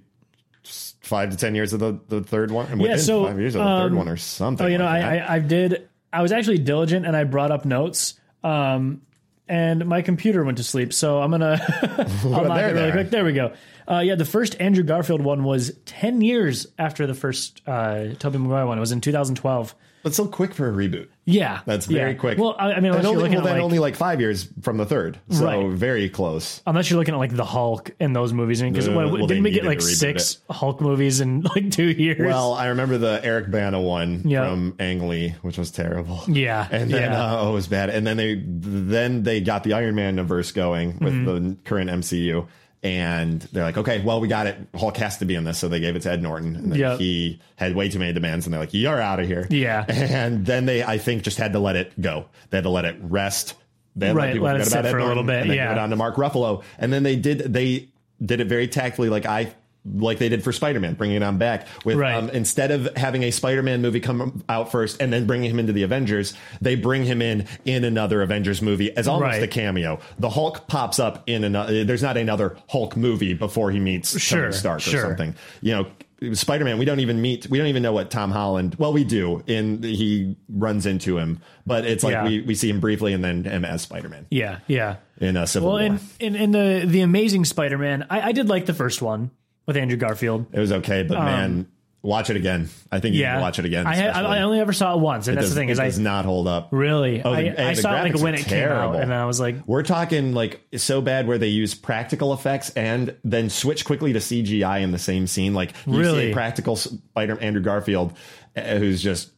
Speaker 2: five to ten years of the, the third one. and Within
Speaker 1: so,
Speaker 2: five years of the third
Speaker 1: um,
Speaker 2: one or something.
Speaker 1: Oh, you know,
Speaker 2: like
Speaker 1: I,
Speaker 2: that.
Speaker 1: I I did. I was actually diligent, and I brought up notes. Um, and my computer went to sleep, so I'm gonna unlock
Speaker 2: there
Speaker 1: it really
Speaker 2: they are.
Speaker 1: quick. There we go. Uh, yeah, the first Andrew Garfield one was ten years after the first uh, Tobey Maguire one. It was in 2012.
Speaker 2: but so quick for a reboot.
Speaker 1: Yeah,
Speaker 2: That's very
Speaker 1: yeah.
Speaker 2: quick.
Speaker 1: Well, I, I mean, unless
Speaker 2: and
Speaker 1: you're
Speaker 2: only,
Speaker 1: looking
Speaker 2: well,
Speaker 1: at
Speaker 2: then
Speaker 1: like,
Speaker 2: only like five years from the third, so
Speaker 1: Right.
Speaker 2: very close.
Speaker 1: unless you're looking at like the Hulk and those movies, because
Speaker 2: Uh, well, they
Speaker 1: didn't we get
Speaker 2: needed
Speaker 1: like
Speaker 2: to reboot
Speaker 1: six Hulk movies in like two years?
Speaker 2: Well, I remember the Eric Bana one
Speaker 1: Yeah.
Speaker 2: from Ang Lee, which was terrible.
Speaker 1: Yeah,
Speaker 2: and then
Speaker 1: yeah.
Speaker 2: uh, oh, it was bad. And then they then they got the Iron Man universe going with
Speaker 1: Mm-hmm.
Speaker 2: the current MCU, and they're like, okay, well, we got it. Hulk has to be in this, so they gave it to Ed Norton, and then
Speaker 1: Yep.
Speaker 2: he had way too many demands, and they're like, you're out of here.
Speaker 1: Yeah.
Speaker 2: and then they, I think, just had to let it go. They had to let it rest. Then
Speaker 1: Right,
Speaker 2: let people
Speaker 1: let it
Speaker 2: forget about
Speaker 1: sit
Speaker 2: Ed
Speaker 1: for a little
Speaker 2: Norton,
Speaker 1: bit,
Speaker 2: and then
Speaker 1: yeah.
Speaker 2: give it on to Mark Ruffalo, and then they did they did it very tactfully, like I like they did for Spider-Man, bringing it on back with
Speaker 1: Right.
Speaker 2: um, instead of having a Spider-Man movie come out first and then bringing him into the Avengers, they bring him in in another Avengers movie as almost
Speaker 1: Right.
Speaker 2: a cameo. The Hulk pops up in another. There's not another Hulk movie before he meets
Speaker 1: Sure,
Speaker 2: Tony Stark
Speaker 1: sure.
Speaker 2: or something. You know, Spider-Man. We don't even meet. We don't even know what Tom Holland. Well, we do. In he runs into him, but it's like
Speaker 1: Yeah.
Speaker 2: we, we see him briefly and then him as Spider-Man
Speaker 1: yeah, yeah.
Speaker 2: in a Civil
Speaker 1: Well,
Speaker 2: War.
Speaker 1: in, in in the the Amazing Spider-Man, I, I did like the first one with Andrew Garfield.
Speaker 2: It was okay, but man, watch it again. I think you
Speaker 1: Um, Yeah,
Speaker 2: can watch it again.
Speaker 1: I, had, I
Speaker 2: especially.
Speaker 1: I only ever saw it once, and that's
Speaker 2: does-
Speaker 1: the thing
Speaker 2: it
Speaker 1: is I
Speaker 2: does not hold up.
Speaker 1: really
Speaker 2: the-
Speaker 1: I,
Speaker 2: and
Speaker 1: I
Speaker 2: the
Speaker 1: saw it like
Speaker 2: graphics
Speaker 1: when
Speaker 2: are
Speaker 1: it came out,
Speaker 2: terrible.
Speaker 1: and I was like,
Speaker 2: We're talking like so bad where they use practical effects and then switch quickly to CGI in the same scene. Like you see
Speaker 1: Really?
Speaker 2: a practical Spider Andrew Garfield, uh, who's just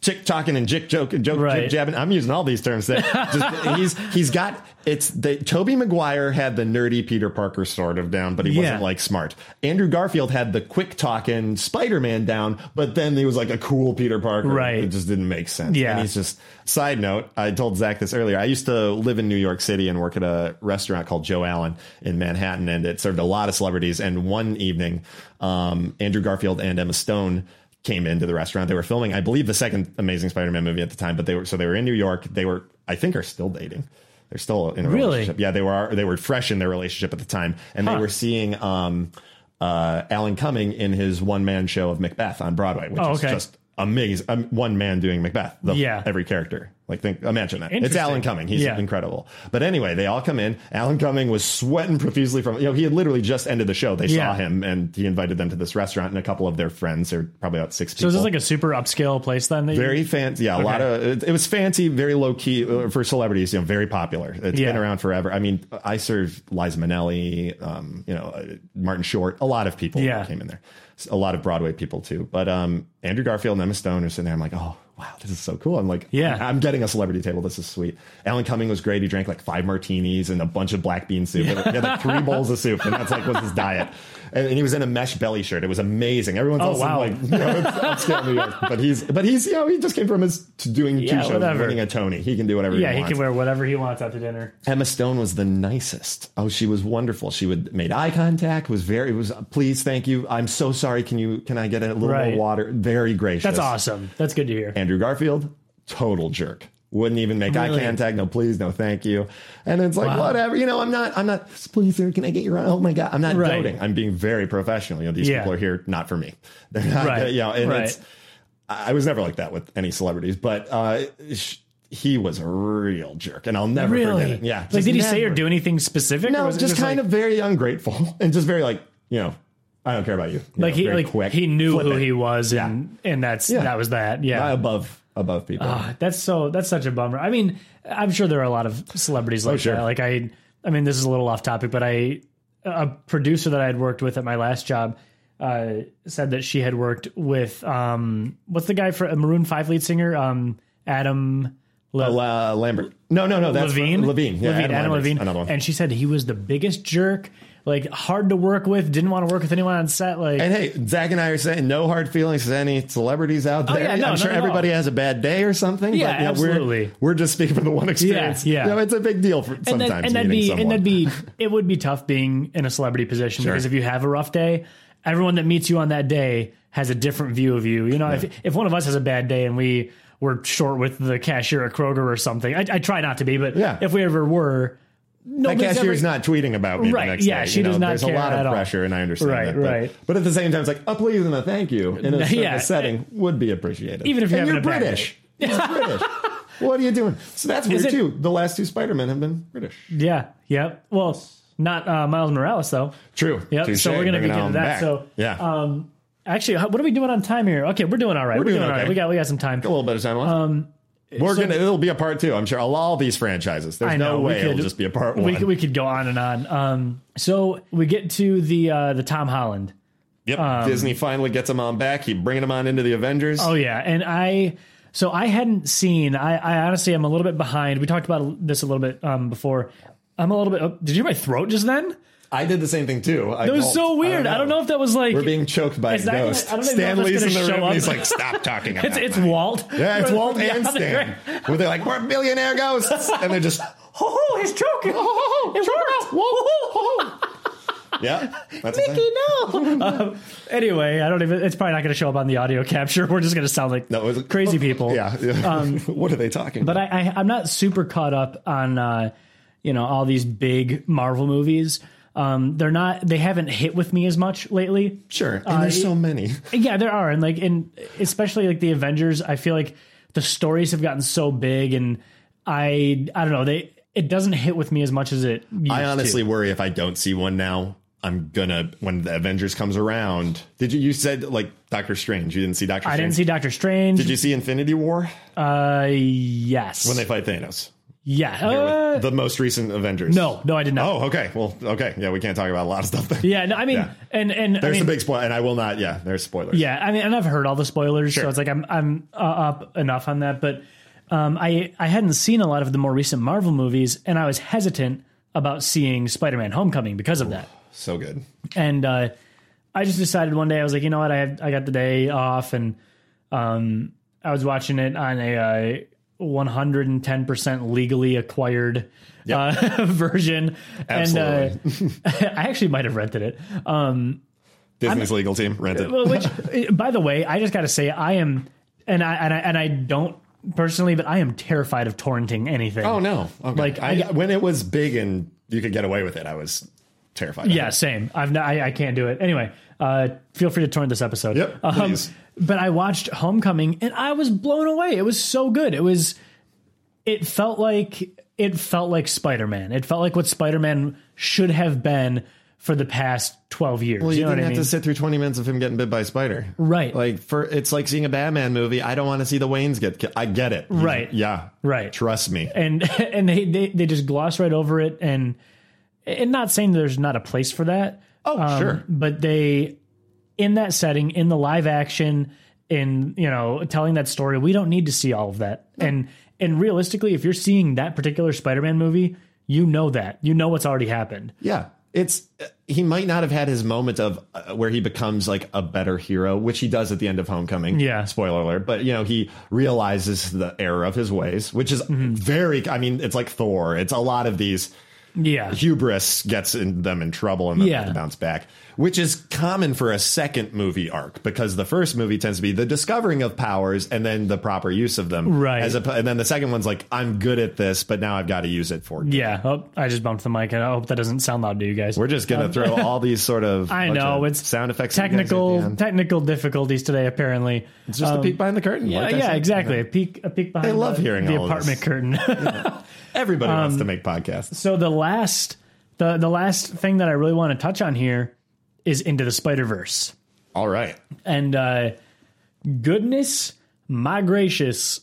Speaker 2: tick tocking and jick joke joke
Speaker 1: Right.
Speaker 2: jib jabbing. I'm using all these terms. That just, he's he's got it's the Toby Maguire had the nerdy Peter Parker sort of down, but he
Speaker 1: Yeah.
Speaker 2: wasn't like smart. Andrew Garfield had the quick talking Spider Man down, but then he was like a cool Peter Parker.
Speaker 1: Right.
Speaker 2: It just didn't make sense.
Speaker 1: Yeah.
Speaker 2: And he's just side note, I told Zach this earlier. I used to live in New York City and work at a restaurant called Joe Allen in Manhattan, and it served a lot of celebrities. And one evening, um, Andrew Garfield and Emma Stone came into the restaurant. They were filming, I believe, the second Amazing Spider-Man movie at the time, but they were so they were in New York. They were, I think, are still dating. They're still in a
Speaker 1: Really?
Speaker 2: relationship. Yeah, they were they were fresh in their relationship at the time, and they were seeing um, uh, Alan Cumming in his one man show of Macbeth on Broadway, which
Speaker 1: Oh,
Speaker 2: is
Speaker 1: okay.
Speaker 2: just amazing. Um, one man doing Macbeth, the,
Speaker 1: Yeah.
Speaker 2: every character. Like think, imagine that. It's
Speaker 1: Interesting.
Speaker 2: Alan Cumming. He's
Speaker 1: Yeah.
Speaker 2: incredible. But anyway, they all come in. Alan Cumming was sweating profusely from you know he had literally just ended the show. They
Speaker 1: Yeah.
Speaker 2: saw him and he invited them to this restaurant and a couple of their friends. They're probably about six
Speaker 1: so
Speaker 2: people.
Speaker 1: is this like a super upscale place then? That you-
Speaker 2: very fancy, yeah. A lot of it, it was fancy, very low key uh, for celebrities. You know, very popular. It's
Speaker 1: Yeah.
Speaker 2: been around forever. I mean, I served Liza Minnelli, um, you know, uh, Martin Short. A lot of people
Speaker 1: Yeah.
Speaker 2: came in there. S- A lot of Broadway people too. But um, Andrew Garfield and Emma Stone are sitting there. I'm like, oh wow, this is so cool. I'm like,
Speaker 1: Yeah.
Speaker 2: I'm getting a celebrity table. This is sweet. Alan Cumming was great. He drank like five martinis and a bunch of black bean soup. Yeah. He had like three bowls of soup, and that's like was his diet. And, and he was in a mesh belly shirt. It was amazing. Everyone's also
Speaker 1: Oh, wow.
Speaker 2: like, you know, it's upscale New York, but he's but he's you know he just came from his t- doing
Speaker 1: Yeah,
Speaker 2: two shows,
Speaker 1: whatever.
Speaker 2: winning a Tony. He can do whatever.
Speaker 1: yeah,
Speaker 2: he,
Speaker 1: he
Speaker 2: wants.
Speaker 1: can wear whatever he wants after dinner.
Speaker 2: Emma Stone was the nicest. Oh, she was wonderful. She would made eye contact. Was very was please thank you. I'm so sorry. Can you can I get a little
Speaker 1: Right.
Speaker 2: more water? Very gracious.
Speaker 1: That's awesome. That's good to hear.
Speaker 2: Andrew Garfield, total jerk. Wouldn't even make
Speaker 1: Really?
Speaker 2: eye contact. No, please, no, thank you. And it's like whatever. You know, I'm not. I'm not. Please, sir, can I get your? Oh my god, I'm not
Speaker 1: Right.
Speaker 2: doting. I'm being very professional. You know, these
Speaker 1: Yeah.
Speaker 2: people are here not for me. They're not.
Speaker 1: Right.
Speaker 2: You know, and
Speaker 1: Right.
Speaker 2: it's. I I was never like that with any celebrities, but uh, sh- he was a real jerk, and I'll never forget
Speaker 1: Really?
Speaker 2: it. Yeah.
Speaker 1: Like,
Speaker 2: just
Speaker 1: did he say or
Speaker 2: never.
Speaker 1: do anything specific? or
Speaker 2: No,
Speaker 1: was it
Speaker 2: just, kind
Speaker 1: like,
Speaker 2: of very ungrateful and just very like you know, I don't care about you. You
Speaker 1: like
Speaker 2: know,
Speaker 1: he
Speaker 2: very
Speaker 1: like
Speaker 2: quick,
Speaker 1: he knew who
Speaker 2: flippant,
Speaker 1: he was, and and that's
Speaker 2: Yeah.
Speaker 1: that was that. Yeah,
Speaker 2: above above people.
Speaker 1: Ah, that's so that's such a bummer. I mean, I'm sure there are a lot of celebrities like
Speaker 2: Oh, sure.
Speaker 1: that. Like I I mean, this is a little off topic, but I a producer that I had worked with at my last job uh, said that she had worked with um what's the guy for a Maroon 5 lead singer um Adam Le-
Speaker 2: La- uh, Lambert. No, no, no. Oh, That's
Speaker 1: Levine,
Speaker 2: Levine. Yeah,
Speaker 1: Levine, Adam,
Speaker 2: Lambert's
Speaker 1: Levine,
Speaker 2: Another one. And,
Speaker 1: and she said he was the biggest jerk, like hard to work with, didn't want to work with anyone on set. Like,
Speaker 2: hey, Zach and I are saying no hard feelings to any celebrities out there.
Speaker 1: Oh, yeah, no,
Speaker 2: I'm sure
Speaker 1: not at all.
Speaker 2: everybody has a bad day or something.
Speaker 1: Yeah,
Speaker 2: but, you know,
Speaker 1: absolutely.
Speaker 2: We're, we're just speaking for the one experience.
Speaker 1: yeah.
Speaker 2: You know, it's a big deal for
Speaker 1: and,
Speaker 2: sometimes.
Speaker 1: that, and that'd
Speaker 2: meeting
Speaker 1: be
Speaker 2: someone.
Speaker 1: and that'd be it would be tough being in a celebrity position because if you have a rough day, everyone that meets you on that day has a different view of you. You know, if if one of us has a bad day and we were short with the cashier at Kroger or something, I, I try not to be, but
Speaker 2: Yeah.
Speaker 1: if we ever were.
Speaker 2: that
Speaker 1: nobody's ever-
Speaker 2: cashier's not tweeting about me
Speaker 1: Right,
Speaker 2: the next
Speaker 1: yeah,
Speaker 2: day.
Speaker 1: she does not
Speaker 2: There's
Speaker 1: care
Speaker 2: a lot
Speaker 1: at
Speaker 2: of
Speaker 1: all.
Speaker 2: pressure, and I understand
Speaker 1: Right,
Speaker 2: that. But,
Speaker 1: right.
Speaker 2: but at the same time, it's like a please and a thank you in a
Speaker 1: Yeah.
Speaker 2: circus setting would be appreciated.
Speaker 1: Even if you're
Speaker 2: and
Speaker 1: having
Speaker 2: you're
Speaker 1: a bad
Speaker 2: British. He's British. What are you doing? So that's weird
Speaker 1: it-
Speaker 2: too. The last two Spider Men have been British.
Speaker 1: Yeah. Yep. Well, not uh, Miles Morales though.
Speaker 2: True.
Speaker 1: Yep, so we're gonna be getting to that, so, um,
Speaker 2: yeah,
Speaker 1: Actually, how- what are we doing on time here? Okay, we're doing all right. We're,
Speaker 2: doing
Speaker 1: doing, all right.
Speaker 2: okay.
Speaker 1: We got we got some time.
Speaker 2: a little bit of time left.
Speaker 1: um,
Speaker 2: we're gonna. It'll be a part two. I'm sure. All, all these franchises. There's
Speaker 1: I know,
Speaker 2: no
Speaker 1: we
Speaker 2: way
Speaker 1: could-
Speaker 2: it'll just be a part one.
Speaker 1: We, could- we could go on and on. Um, so we get to the uh, the Tom Holland.
Speaker 2: yep. Disney finally gets him on back. He bringing him on into the Avengers.
Speaker 1: um, Oh yeah, and I so I hadn't seen. I, I honestly am a little bit behind. We talked about this a little bit um, before. I'm a little bit. Oh, did you hear my throat just then?
Speaker 2: I did the same thing too. I
Speaker 1: It was
Speaker 2: gulped.
Speaker 1: so weird. I don't, know. if that was like
Speaker 2: We're being choked by a
Speaker 1: Is that gonna-
Speaker 2: ghost.
Speaker 1: I don't even know if that's
Speaker 2: Stanley's in
Speaker 1: gonna
Speaker 2: the
Speaker 1: show
Speaker 2: room.
Speaker 1: up.
Speaker 2: And he's like, "Stop talking about
Speaker 1: it's, it's
Speaker 2: mine."
Speaker 1: Walt.
Speaker 2: Yeah, it's
Speaker 1: We're-
Speaker 2: Walt
Speaker 1: we're
Speaker 2: and
Speaker 1: down there.
Speaker 2: Stan. Where they're like, "We're billionaire ghosts," and they're just,
Speaker 1: Oh, he's choking.
Speaker 2: "Oh,
Speaker 1: It worked.
Speaker 2: yeah." That's the
Speaker 1: Mickey,
Speaker 2: thing.
Speaker 1: no. um, anyway, I don't even. It's probably not going to show up on the audio capture. We're just going to sound like
Speaker 2: No, it was-
Speaker 1: crazy people. Um,
Speaker 2: Yeah. what are they talking?
Speaker 1: But I, I, I'm not super caught up on, uh, you know, all these big Marvel movies. Um, they're not. They haven't hit with me as much lately.
Speaker 2: sure, and
Speaker 1: Uh,
Speaker 2: there's so many.
Speaker 1: Yeah, there are, and like, and especially like the Avengers. I feel like the stories have gotten so big, and I, I don't know. They it doesn't hit with me as much as it. Used
Speaker 2: I honestly
Speaker 1: to.
Speaker 2: worry if I don't see one now. I'm gonna when the Avengers comes around. Did you? You said like Doctor Strange. You didn't see Doctor.
Speaker 1: I
Speaker 2: Strange.
Speaker 1: didn't see Doctor Strange.
Speaker 2: Did you see Infinity War
Speaker 1: Uh, yes.
Speaker 2: when they fight Thanos?
Speaker 1: yeah. Uh,
Speaker 2: the most recent Avengers.
Speaker 1: no, no, I did not.
Speaker 2: Oh, okay. Well, okay. Yeah, we can't talk about a lot of stuff. Then.
Speaker 1: Yeah, no, I mean,
Speaker 2: Yeah.
Speaker 1: and and I
Speaker 2: There's
Speaker 1: mean,
Speaker 2: a big spoiler, and I will not. Yeah, there's spoilers.
Speaker 1: Yeah, I mean, and I've heard all the spoilers, so
Speaker 2: Sure.
Speaker 1: it's like I'm I'm uh, up enough on that. But um, I I hadn't seen a lot of the more recent Marvel movies, and I was hesitant about seeing Spider-Man: Homecoming because of that.
Speaker 2: So good.
Speaker 1: And uh, I just decided one day I was like, you know what, I had, I got the day off, and um, I was watching it on a. Uh, 110% legally acquired uh, version and uh, i actually might have rented it um
Speaker 2: Disney's legal team rented.
Speaker 1: well, which, eh, by the way, I just got to say, I am, and I, and I and I don't personally, but I am terrified of torrenting anything.
Speaker 2: Oh no! Okay.
Speaker 1: Like,
Speaker 2: Like
Speaker 1: I
Speaker 2: I,
Speaker 1: got-
Speaker 2: when it was big and you could get away with it, I was terrified.
Speaker 1: yeah, same. I've not, I, I can't do it. Anyway, uh, feel free to torrent this episode. Um,
Speaker 2: Yep, please.
Speaker 1: But I watched Homecoming, and I was blown away. It was so good. It was, it felt like it felt like Spider Man. It felt like what Spider Man should have been for the past twelve years.
Speaker 2: Well, you,
Speaker 1: you, know
Speaker 2: didn't
Speaker 1: what I
Speaker 2: have
Speaker 1: mean?
Speaker 2: to sit through 20 minutes of him getting bit by a spider.
Speaker 1: Right.
Speaker 2: Like for it's like seeing a Batman movie. I don't want to see the Waynes get killed. I get it.
Speaker 1: Right.
Speaker 2: Yeah.
Speaker 1: Right.
Speaker 2: Trust me.
Speaker 1: and and they, they they just gloss right over it and and not saying there's not a place for that
Speaker 2: Oh,
Speaker 1: Um,
Speaker 2: sure.
Speaker 1: but they in that setting in the live action in you know telling that story we don't need to see all of that and and realistically if you're seeing that particular spider-man movie you know that you know what's already happened
Speaker 2: Yeah. It's he might not have had his moment of uh, where he becomes like a better hero, which he does at the end of Homecoming.
Speaker 1: Yeah.
Speaker 2: Spoiler alert, but you know, he realizes the error of his ways, which is
Speaker 1: Mm-hmm.
Speaker 2: very I mean, it's like Thor. It's a lot of these
Speaker 1: yeah
Speaker 2: hubris gets in them in trouble and then they have
Speaker 1: Yeah.
Speaker 2: to bounce back, which is common for a second movie arc because the first movie tends to be the discovering of powers and then the proper use of them.
Speaker 1: Right.
Speaker 2: As a, and then the second one's like, I'm good at this, but now I've got to use it for. good.
Speaker 1: yeah oh, i just bumped the mic and i hope that doesn't sound loud to you guys
Speaker 2: We're just gonna throw all these sort of
Speaker 1: I
Speaker 2: bunch
Speaker 1: know,
Speaker 2: of
Speaker 1: it's
Speaker 2: sound effects you guys at the
Speaker 1: technical
Speaker 2: end.
Speaker 1: technical difficulties today apparently
Speaker 2: It's just a peek behind the curtain.
Speaker 1: yeah,
Speaker 2: like I
Speaker 1: yeah
Speaker 2: said.
Speaker 1: exactly a peek a peek behind
Speaker 2: love
Speaker 1: the,
Speaker 2: hearing
Speaker 1: the
Speaker 2: all of
Speaker 1: apartment
Speaker 2: this.
Speaker 1: curtain
Speaker 2: Everybody wants
Speaker 1: Um,
Speaker 2: to make podcasts.
Speaker 1: so the last the the last thing that I really want to touch on here is into the Spider Verse,
Speaker 2: All right,
Speaker 1: and uh, goodness, my gracious,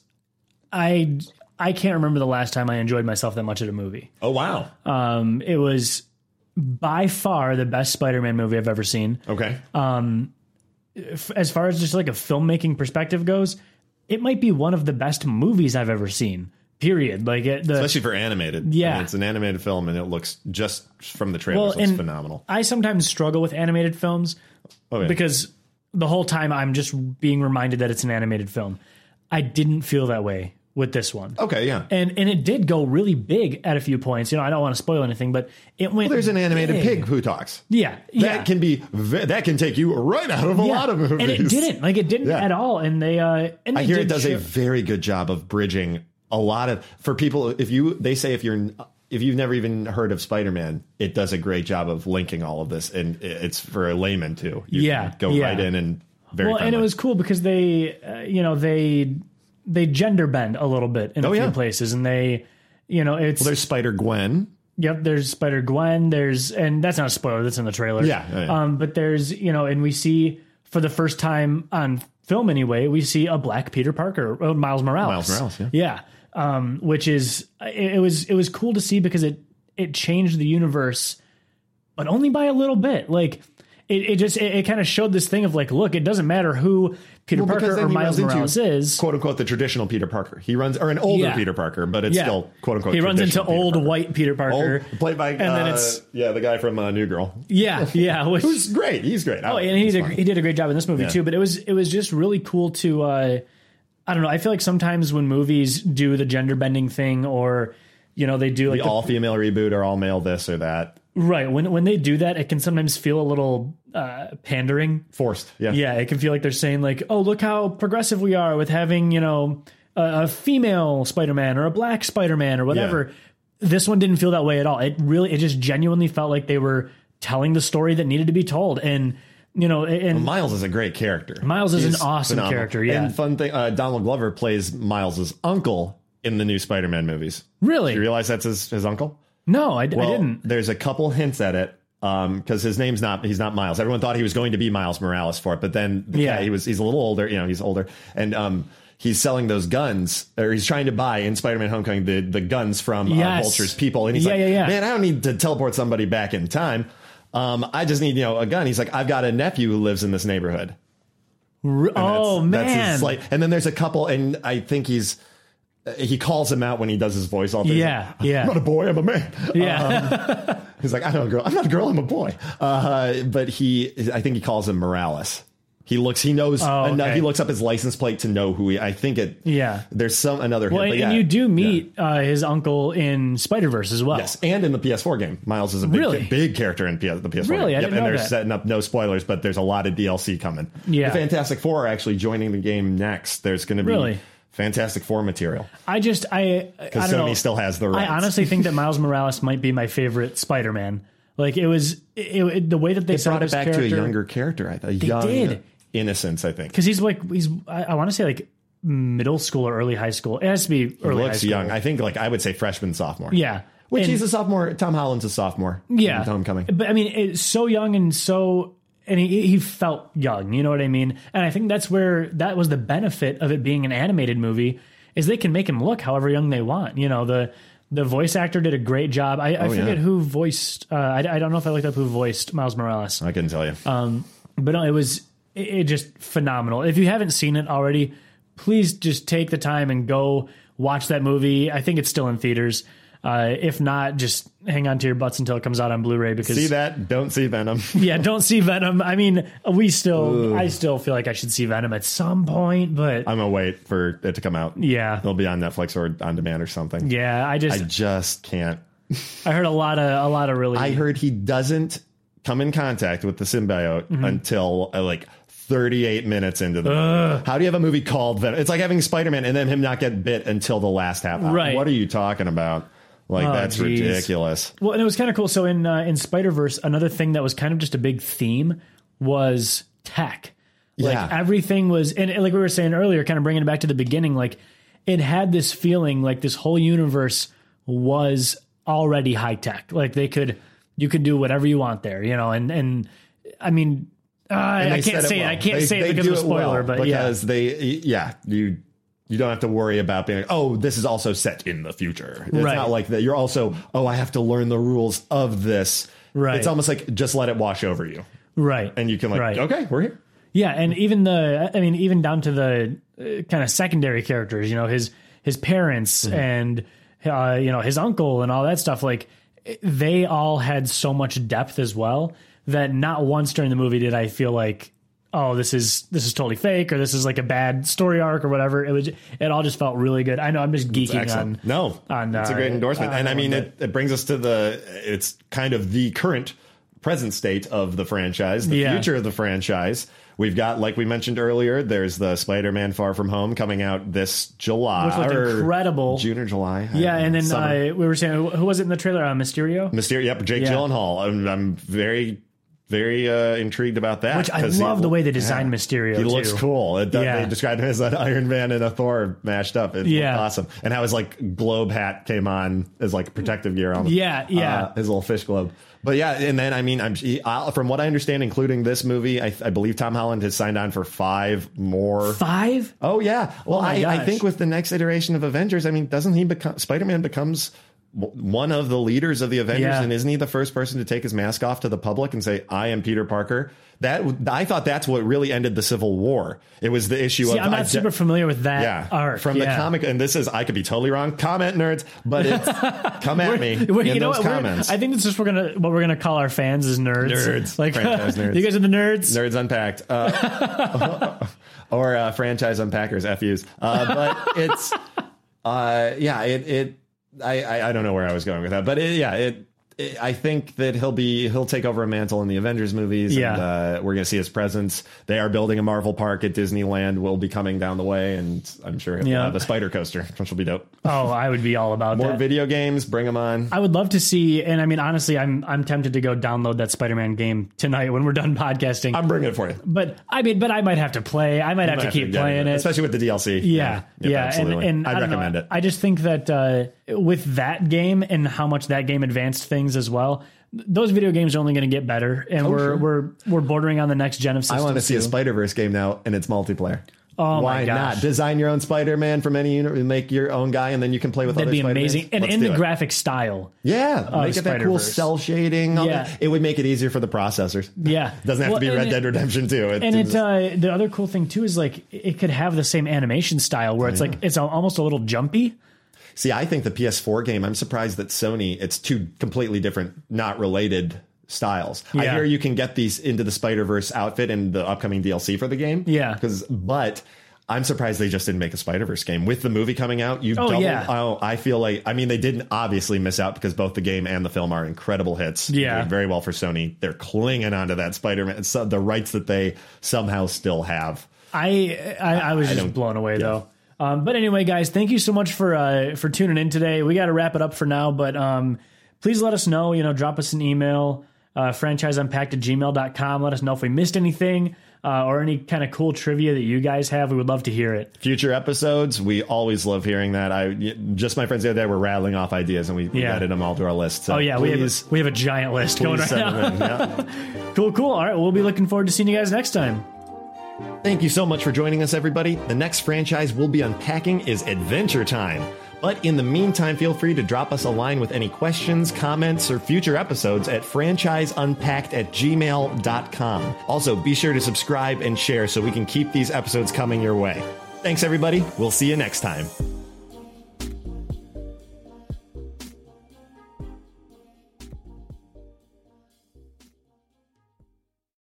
Speaker 1: I I can't remember the last time I enjoyed myself that much at a movie.
Speaker 2: Oh wow.
Speaker 1: Um, it was by far the best Spider Man movie I've ever seen.
Speaker 2: okay.
Speaker 1: Uh, F- As far as just like a filmmaking perspective goes, it might be one of the best movies I've ever seen. Period. Like it, the
Speaker 2: Especially for animated.
Speaker 1: yeah.
Speaker 2: I mean, it's an animated film, and it looks just from the trailers
Speaker 1: Well,
Speaker 2: looks
Speaker 1: and-
Speaker 2: phenomenal.
Speaker 1: I sometimes struggle with animated films
Speaker 2: Oh, yeah.
Speaker 1: because the whole time I'm just being reminded that it's an animated film. I didn't feel that way with this one.
Speaker 2: okay, yeah.
Speaker 1: And and it did go really big at a few points. You know, I don't want to spoil anything, but it went
Speaker 2: There's an animated
Speaker 1: big.
Speaker 2: pig who talks.
Speaker 1: Yeah.
Speaker 2: That
Speaker 1: Yeah.
Speaker 2: can be ve- that can take you right out of a
Speaker 1: yeah.
Speaker 2: lot of movies.
Speaker 1: And it didn't. Like it didn't
Speaker 2: Yeah.
Speaker 1: at all. And they uh and
Speaker 2: I
Speaker 1: they
Speaker 2: hear
Speaker 1: did
Speaker 2: it does
Speaker 1: show-
Speaker 2: a very good job of bridging a lot of for people. If you they say if you're if you've never even heard of Spider-Man, it does a great job of linking all of this, and i- it's for a layman too. You
Speaker 1: Yeah,
Speaker 2: can go
Speaker 1: yeah.
Speaker 2: right in and very.
Speaker 1: Well, and it
Speaker 2: friendly.
Speaker 1: was cool because they, uh, you know, they they gender bend a little bit in a
Speaker 2: Oh,
Speaker 1: few
Speaker 2: yeah.
Speaker 1: places, and they, you know, it's
Speaker 2: there's Spider Gwen.
Speaker 1: Yep, there's Spider Gwen. There's and that's not a spoiler. That's in the trailer.
Speaker 2: Yeah, yeah, yeah.
Speaker 1: Um, but there's you know, and we see for the first time on film anyway, we see a black Peter Parker, uh, Miles Morales.
Speaker 2: Miles Morales, yeah.
Speaker 1: Yeah. Um, which is it, it was it was cool to see because it it changed the universe, but only by a little bit. Like. It, it just it, it kind of showed this thing of like, look, it doesn't matter who Peter
Speaker 2: Well, because
Speaker 1: Parker
Speaker 2: then
Speaker 1: or
Speaker 2: he
Speaker 1: Miles
Speaker 2: runs into-
Speaker 1: Morales is.
Speaker 2: quote unquote the traditional Peter Parker. He runs or an older
Speaker 1: Yeah.
Speaker 2: Peter Parker, but it's
Speaker 1: Yeah.
Speaker 2: still quote unquote.
Speaker 1: He runs into
Speaker 2: traditional Peter
Speaker 1: old
Speaker 2: Parker.
Speaker 1: white Peter Parker.
Speaker 2: Old- played by and
Speaker 1: then it's-
Speaker 2: yeah the guy from uh, New Girl.
Speaker 1: Yeah, yeah. Which,
Speaker 2: Who's great? He's great.
Speaker 1: Oh, and he did, he did a great job in this movie
Speaker 2: Yeah.
Speaker 1: too. But it was it was just really cool to uh, I don't know. I feel like sometimes when movies do the gender bending thing, or you know they do like
Speaker 2: the
Speaker 1: the-
Speaker 2: all female reboot or all male this or that.
Speaker 1: right when when they do that, it can sometimes feel a little uh, pandering.
Speaker 2: Forced. Yeah.
Speaker 1: Yeah, it can feel like they're saying like, oh, look how progressive we are with having you know a, a female Spider Man or a black Spider Man or whatever. This one didn't feel that way at all. It really it just genuinely felt like they were telling the story that needed to be told and. You know, and
Speaker 2: Miles is a great character.
Speaker 1: Miles is an
Speaker 2: He's
Speaker 1: awesome character, yeah.
Speaker 2: And fun thing, uh, Donald Glover plays Miles's uncle in the new Spider-Man movies.
Speaker 1: really,
Speaker 2: You realize that's his, his uncle?
Speaker 1: No, I, I
Speaker 2: Well,
Speaker 1: didn't.
Speaker 2: Oh, There's a couple hints at it because his name's not he's not Miles. Everyone thought he was going to be Miles Morales for it, but then the
Speaker 1: Yeah.
Speaker 2: guy, he was he's a little older. You know, he's older, and um, he's selling those guns or he's trying to buy in Spider-Man: Homecoming the the guns from uh,
Speaker 1: Yes.
Speaker 2: Vulture's people, and he's
Speaker 1: Yeah,
Speaker 2: like,
Speaker 1: yeah, yeah.
Speaker 2: man, I don't need to teleport somebody back in time. Um, I just need you know a gun. He's like, I've got a nephew who lives in this neighborhood.
Speaker 1: R- oh man,
Speaker 2: That's his slight. And then there's a couple, and I think he's uh, he calls him out when he does his voice all day. He's
Speaker 1: Yeah,
Speaker 2: like,
Speaker 1: yeah.
Speaker 2: I'm not a boy, I'm a man. Um,
Speaker 1: yeah,
Speaker 2: He's like, I'm not a girl. I'm not a girl. I'm a boy. Uh, but he, I think he calls him Morales. He looks. He knows.
Speaker 1: Oh,
Speaker 2: enough,
Speaker 1: okay.
Speaker 2: He looks up his license plate to know who he. I think it.
Speaker 1: Yeah.
Speaker 2: There's some another.
Speaker 1: Well,
Speaker 2: hint,
Speaker 1: and,
Speaker 2: but yeah.
Speaker 1: you do meet uh, his uncle in Spider Verse as well.
Speaker 2: Yes, and in the PS4 game, Miles is a big,
Speaker 1: Really?
Speaker 2: big character in PS, the PS4.
Speaker 1: Really?
Speaker 2: game.
Speaker 1: I
Speaker 2: Yep,
Speaker 1: didn't
Speaker 2: and
Speaker 1: know
Speaker 2: they're
Speaker 1: that.
Speaker 2: setting up no spoilers, but there's a lot of DLC coming.
Speaker 1: Yeah.
Speaker 2: the Fantastic Four are actually joining the game next. There's going to be
Speaker 1: Really?
Speaker 2: Fantastic Four material
Speaker 1: I just I I don't
Speaker 2: because
Speaker 1: know.
Speaker 2: Sony still has the
Speaker 1: I
Speaker 2: rights.
Speaker 1: honestly think that Miles Morales might be my favorite Spider Man. Like it was it, it- the way that they, set
Speaker 2: brought
Speaker 1: up
Speaker 2: it
Speaker 1: his
Speaker 2: back
Speaker 1: character,
Speaker 2: to a younger character. I thought young
Speaker 1: did.
Speaker 2: innocence. I think
Speaker 1: because he's like he's I, I want to say like middle school or early high school. It has to be early high
Speaker 2: looks
Speaker 1: school.
Speaker 2: young. I think like I would say freshman sophomore.
Speaker 1: Yeah,
Speaker 2: Which
Speaker 1: And-
Speaker 2: he's a sophomore. Tom Holland's a sophomore.
Speaker 1: yeah
Speaker 2: in Homecoming.
Speaker 1: But I mean, it's so young and so and he he felt young. You know what I mean? And I think that's where that was the benefit of it being an animated movie is they can make him look however young they want. You know the. The voice actor did a great job. I, I forget
Speaker 2: Oh, yeah.
Speaker 1: who voiced. Uh, I, I don't know if I looked up who voiced Miles Morales,
Speaker 2: I couldn't tell you.
Speaker 1: Um, but no, it was it, it just phenomenal. If you haven't seen it already, please just take the time and go watch that movie. I think it's still in theaters. Uh, if not, just hang on to your butts until it comes out on Blu-ray because
Speaker 2: see that? Don't see Venom.
Speaker 1: yeah, don't see Venom. I mean, we still, I still feel like I should see Venom at some point, but
Speaker 2: I'm gonna wait for it to come out.
Speaker 1: yeah,
Speaker 2: It'll be on Netflix or on demand or something.
Speaker 1: yeah. I
Speaker 2: I
Speaker 1: just,
Speaker 2: just can't.
Speaker 1: I, heard a lot of, a lot of really.
Speaker 2: I heard he doesn't come in contact with the symbiote
Speaker 1: Mm-hmm.
Speaker 2: until uh, like 38 minutes into the. movie. How do you have a movie called Venom? It's like having Spider Man and then him not get bit until the last half hour.
Speaker 1: Right. Oh,
Speaker 2: What are you talking about? Like that's
Speaker 1: geez.
Speaker 2: ridiculous.
Speaker 1: well, and it was kind of cool. So in uh, in Spider Verse, another thing that was kind of just a big theme was tech. Like
Speaker 2: Yeah.
Speaker 1: everything was, and and like we were saying earlier, kind of bringing it back to the beginning. Like it had this feeling like this whole universe was already high tech. Like they could, you could do whatever you want there, you know. And and I mean, uh, I
Speaker 2: They
Speaker 1: can't
Speaker 2: said
Speaker 1: say it.
Speaker 2: well.
Speaker 1: I can't
Speaker 2: They-
Speaker 1: say
Speaker 2: they
Speaker 1: it because
Speaker 2: do
Speaker 1: of a spoiler,
Speaker 2: well
Speaker 1: but yeah.
Speaker 2: because they yeah you you don't have to worry about being like, oh this is also set in the future. It's
Speaker 1: Right.
Speaker 2: not like that. You're also oh I have to learn the rules of this.
Speaker 1: Right.
Speaker 2: It's almost like just let it wash over you,
Speaker 1: right
Speaker 2: and you can like
Speaker 1: Right.
Speaker 2: okay we're here.
Speaker 1: yeah and even the i mean even down to the uh, kind of secondary characters you know his his parents
Speaker 2: Mm-hmm.
Speaker 1: and uh, you know his uncle and all that stuff like they all had so much depth as well that not once during the movie did i feel like oh this is this is totally fake or this is like a bad story arc or whatever it was it all just felt really good i know i'm just geeking on
Speaker 2: Excellent. no,
Speaker 1: on,
Speaker 2: it's a
Speaker 1: uh,
Speaker 2: great endorsement,
Speaker 1: uh,
Speaker 2: and I mean
Speaker 1: but-
Speaker 2: it, it brings us to the it's kind of the current present state of the franchise, the
Speaker 1: Yeah.
Speaker 2: future of the franchise, We've got, like we mentioned earlier, there's the Spider-Man Far From Home coming out this July,
Speaker 1: Which looked
Speaker 2: or
Speaker 1: incredible.
Speaker 2: June or July. I
Speaker 1: yeah,
Speaker 2: don't know,
Speaker 1: and then
Speaker 2: summer.
Speaker 1: uh, we were saying who- who was it in the trailer? Uh, Mysterio,
Speaker 2: Mysterio. Yep, Jake
Speaker 1: Yeah.
Speaker 2: Gyllenhaal. I'm, I'm very, very uh, intrigued about that.
Speaker 1: which I
Speaker 2: 'cause he-
Speaker 1: love the way they designed Mysterio.
Speaker 2: He looks
Speaker 1: too.
Speaker 2: cool. It,
Speaker 1: Yeah.
Speaker 2: They described him as an Iron Man and a Thor mashed up. It's
Speaker 1: Yeah.
Speaker 2: awesome. And how his like globe hat came on as like protective gear on.
Speaker 1: Yeah, yeah.
Speaker 2: Uh, his little fish globe. But yeah, and then I mean, I'm he- I, from what I understand, including this movie, I, I believe Tom Holland has signed on for five more.
Speaker 1: Five.
Speaker 2: Oh yeah. Well,
Speaker 1: my
Speaker 2: I, I
Speaker 1: gosh.
Speaker 2: think with the next iteration of Avengers, I mean, doesn't he become Spider-Man becomes w- one of the leaders of the Avengers,
Speaker 1: Yeah.
Speaker 2: and isn't he the first person to take his mask off to the public and say, "I am Peter Parker"? That w- I thought that's what really ended the Civil War. It was the issue
Speaker 1: See,
Speaker 2: of
Speaker 1: I'm not
Speaker 2: ide-
Speaker 1: super familiar with that
Speaker 2: yeah
Speaker 1: art
Speaker 2: from
Speaker 1: yeah.
Speaker 2: the comic, and this is I could be totally wrong. Comment nerds, but it's come at me
Speaker 1: We're-
Speaker 2: in
Speaker 1: you know
Speaker 2: those
Speaker 1: what? We're-
Speaker 2: comments.
Speaker 1: I think that's just we're gonna what we're gonna call our fans is nerds.
Speaker 2: Nerds.
Speaker 1: like
Speaker 2: Franchise nerds.
Speaker 1: you guys are the nerds.
Speaker 2: Nerds Unpacked. Uh, or uh, franchise unpackers, FUs. Uh, but it's, uh, yeah, it, it I, I, I don't know where I was going with that, but it, yeah, it, it- I think that he'll be he'll take over a mantle in the Avengers movies.
Speaker 1: Yeah.
Speaker 2: and, uh, we're gonna see his presence. They are building a Marvel park at Disneyland. Will be coming down the way, and I'm sure he'll
Speaker 1: Yeah.
Speaker 2: have a spider coaster, which will be dope.
Speaker 1: Oh, I would be all about
Speaker 2: More
Speaker 1: that.
Speaker 2: video games, bring them on.
Speaker 1: I would love to see, and I mean, honestly, I'm I'm tempted to go download that Spider-Man game tonight when we're done podcasting.
Speaker 2: I'm bringing it for you.
Speaker 1: but I mean, but I might have to play. I might have to
Speaker 2: Have
Speaker 1: keep
Speaker 2: get
Speaker 1: playing it.
Speaker 2: especially with the DLC.
Speaker 1: yeah, yeah, and,
Speaker 2: absolutely.
Speaker 1: and
Speaker 2: I'd
Speaker 1: I don't know,
Speaker 2: recommend it.
Speaker 1: I just think that uh, with that game and how much that game advanced things as well, th- those video games are only going to get better, and we're
Speaker 2: Oh, sure.
Speaker 1: we're we're bordering on the next gen of
Speaker 2: I
Speaker 1: systems.
Speaker 2: want to see a Spider Verse game now, and it's multiplayer.
Speaker 1: Oh my
Speaker 2: Why
Speaker 1: gosh.
Speaker 2: not design your own Spider Man from any unit and make your own guy, and then you can play with
Speaker 1: That'd
Speaker 2: other
Speaker 1: be
Speaker 2: Spider-Mans?
Speaker 1: amazing, and
Speaker 2: Let's
Speaker 1: in
Speaker 2: do
Speaker 1: the
Speaker 2: it.
Speaker 1: graphic style.
Speaker 2: yeah, make it that cool
Speaker 1: Spider-Verse.
Speaker 2: cell shading. all
Speaker 1: Yeah.
Speaker 2: that. it would make it easier for the processors.
Speaker 1: Yeah.
Speaker 2: doesn't have
Speaker 1: Well,
Speaker 2: to be
Speaker 1: and
Speaker 2: Red
Speaker 1: it-
Speaker 2: Dead Redemption Two. It,
Speaker 1: And it uh, the other cool thing too is like it could have the same animation style where it's like it's al- almost a little jumpy.
Speaker 2: see, I think the PS4 game. I'm surprised that Sony. It's two completely different, not related styles. I
Speaker 1: Yeah.
Speaker 2: hear you can get these into the Spider Verse outfit and the upcoming DLC for the game.
Speaker 1: Yeah.
Speaker 2: because but. I'm surprised they just didn't make a Spider Verse game with the movie coming out. You
Speaker 1: Oh,
Speaker 2: double,
Speaker 1: yeah.
Speaker 2: Oh, I feel like I mean they didn't obviously miss out because both the game and the film are incredible hits.
Speaker 1: Yeah.
Speaker 2: Doing very well for Sony. They're clinging onto that Spider Man, so the rights that they somehow still have.
Speaker 1: I I, I was just
Speaker 2: don't-
Speaker 1: blown away though. Um, but anyway, guys, thank you so much for uh, for tuning in today. We got to wrap it up for now, but um, please let us know. You know, drop us an email, uh, franchiseunpacked at gmail.com. Let us know if we missed anything uh, or any kind of cool trivia that you guys have. We would love to hear it.
Speaker 2: Future episodes, we always love hearing that. I just my friends the other day were rattling off ideas and we, we
Speaker 1: Yeah.
Speaker 2: added them all to our list. So
Speaker 1: Oh yeah, we have
Speaker 2: please,
Speaker 1: a, we have a giant list going
Speaker 2: please
Speaker 1: right
Speaker 2: send
Speaker 1: now.
Speaker 2: them in. Yeah.
Speaker 1: Cool, cool. All right, we'll be looking forward to seeing you guys next time.
Speaker 2: Thank you so much for joining us, everybody. The next franchise we'll be unpacking is Adventure Time. But in the meantime, feel free to drop us a line with any questions, comments, or future episodes at franchiseunpacked at gmail.com. Also, be sure to subscribe and share so we can keep these episodes coming your way. Thanks, everybody. We'll see you next time.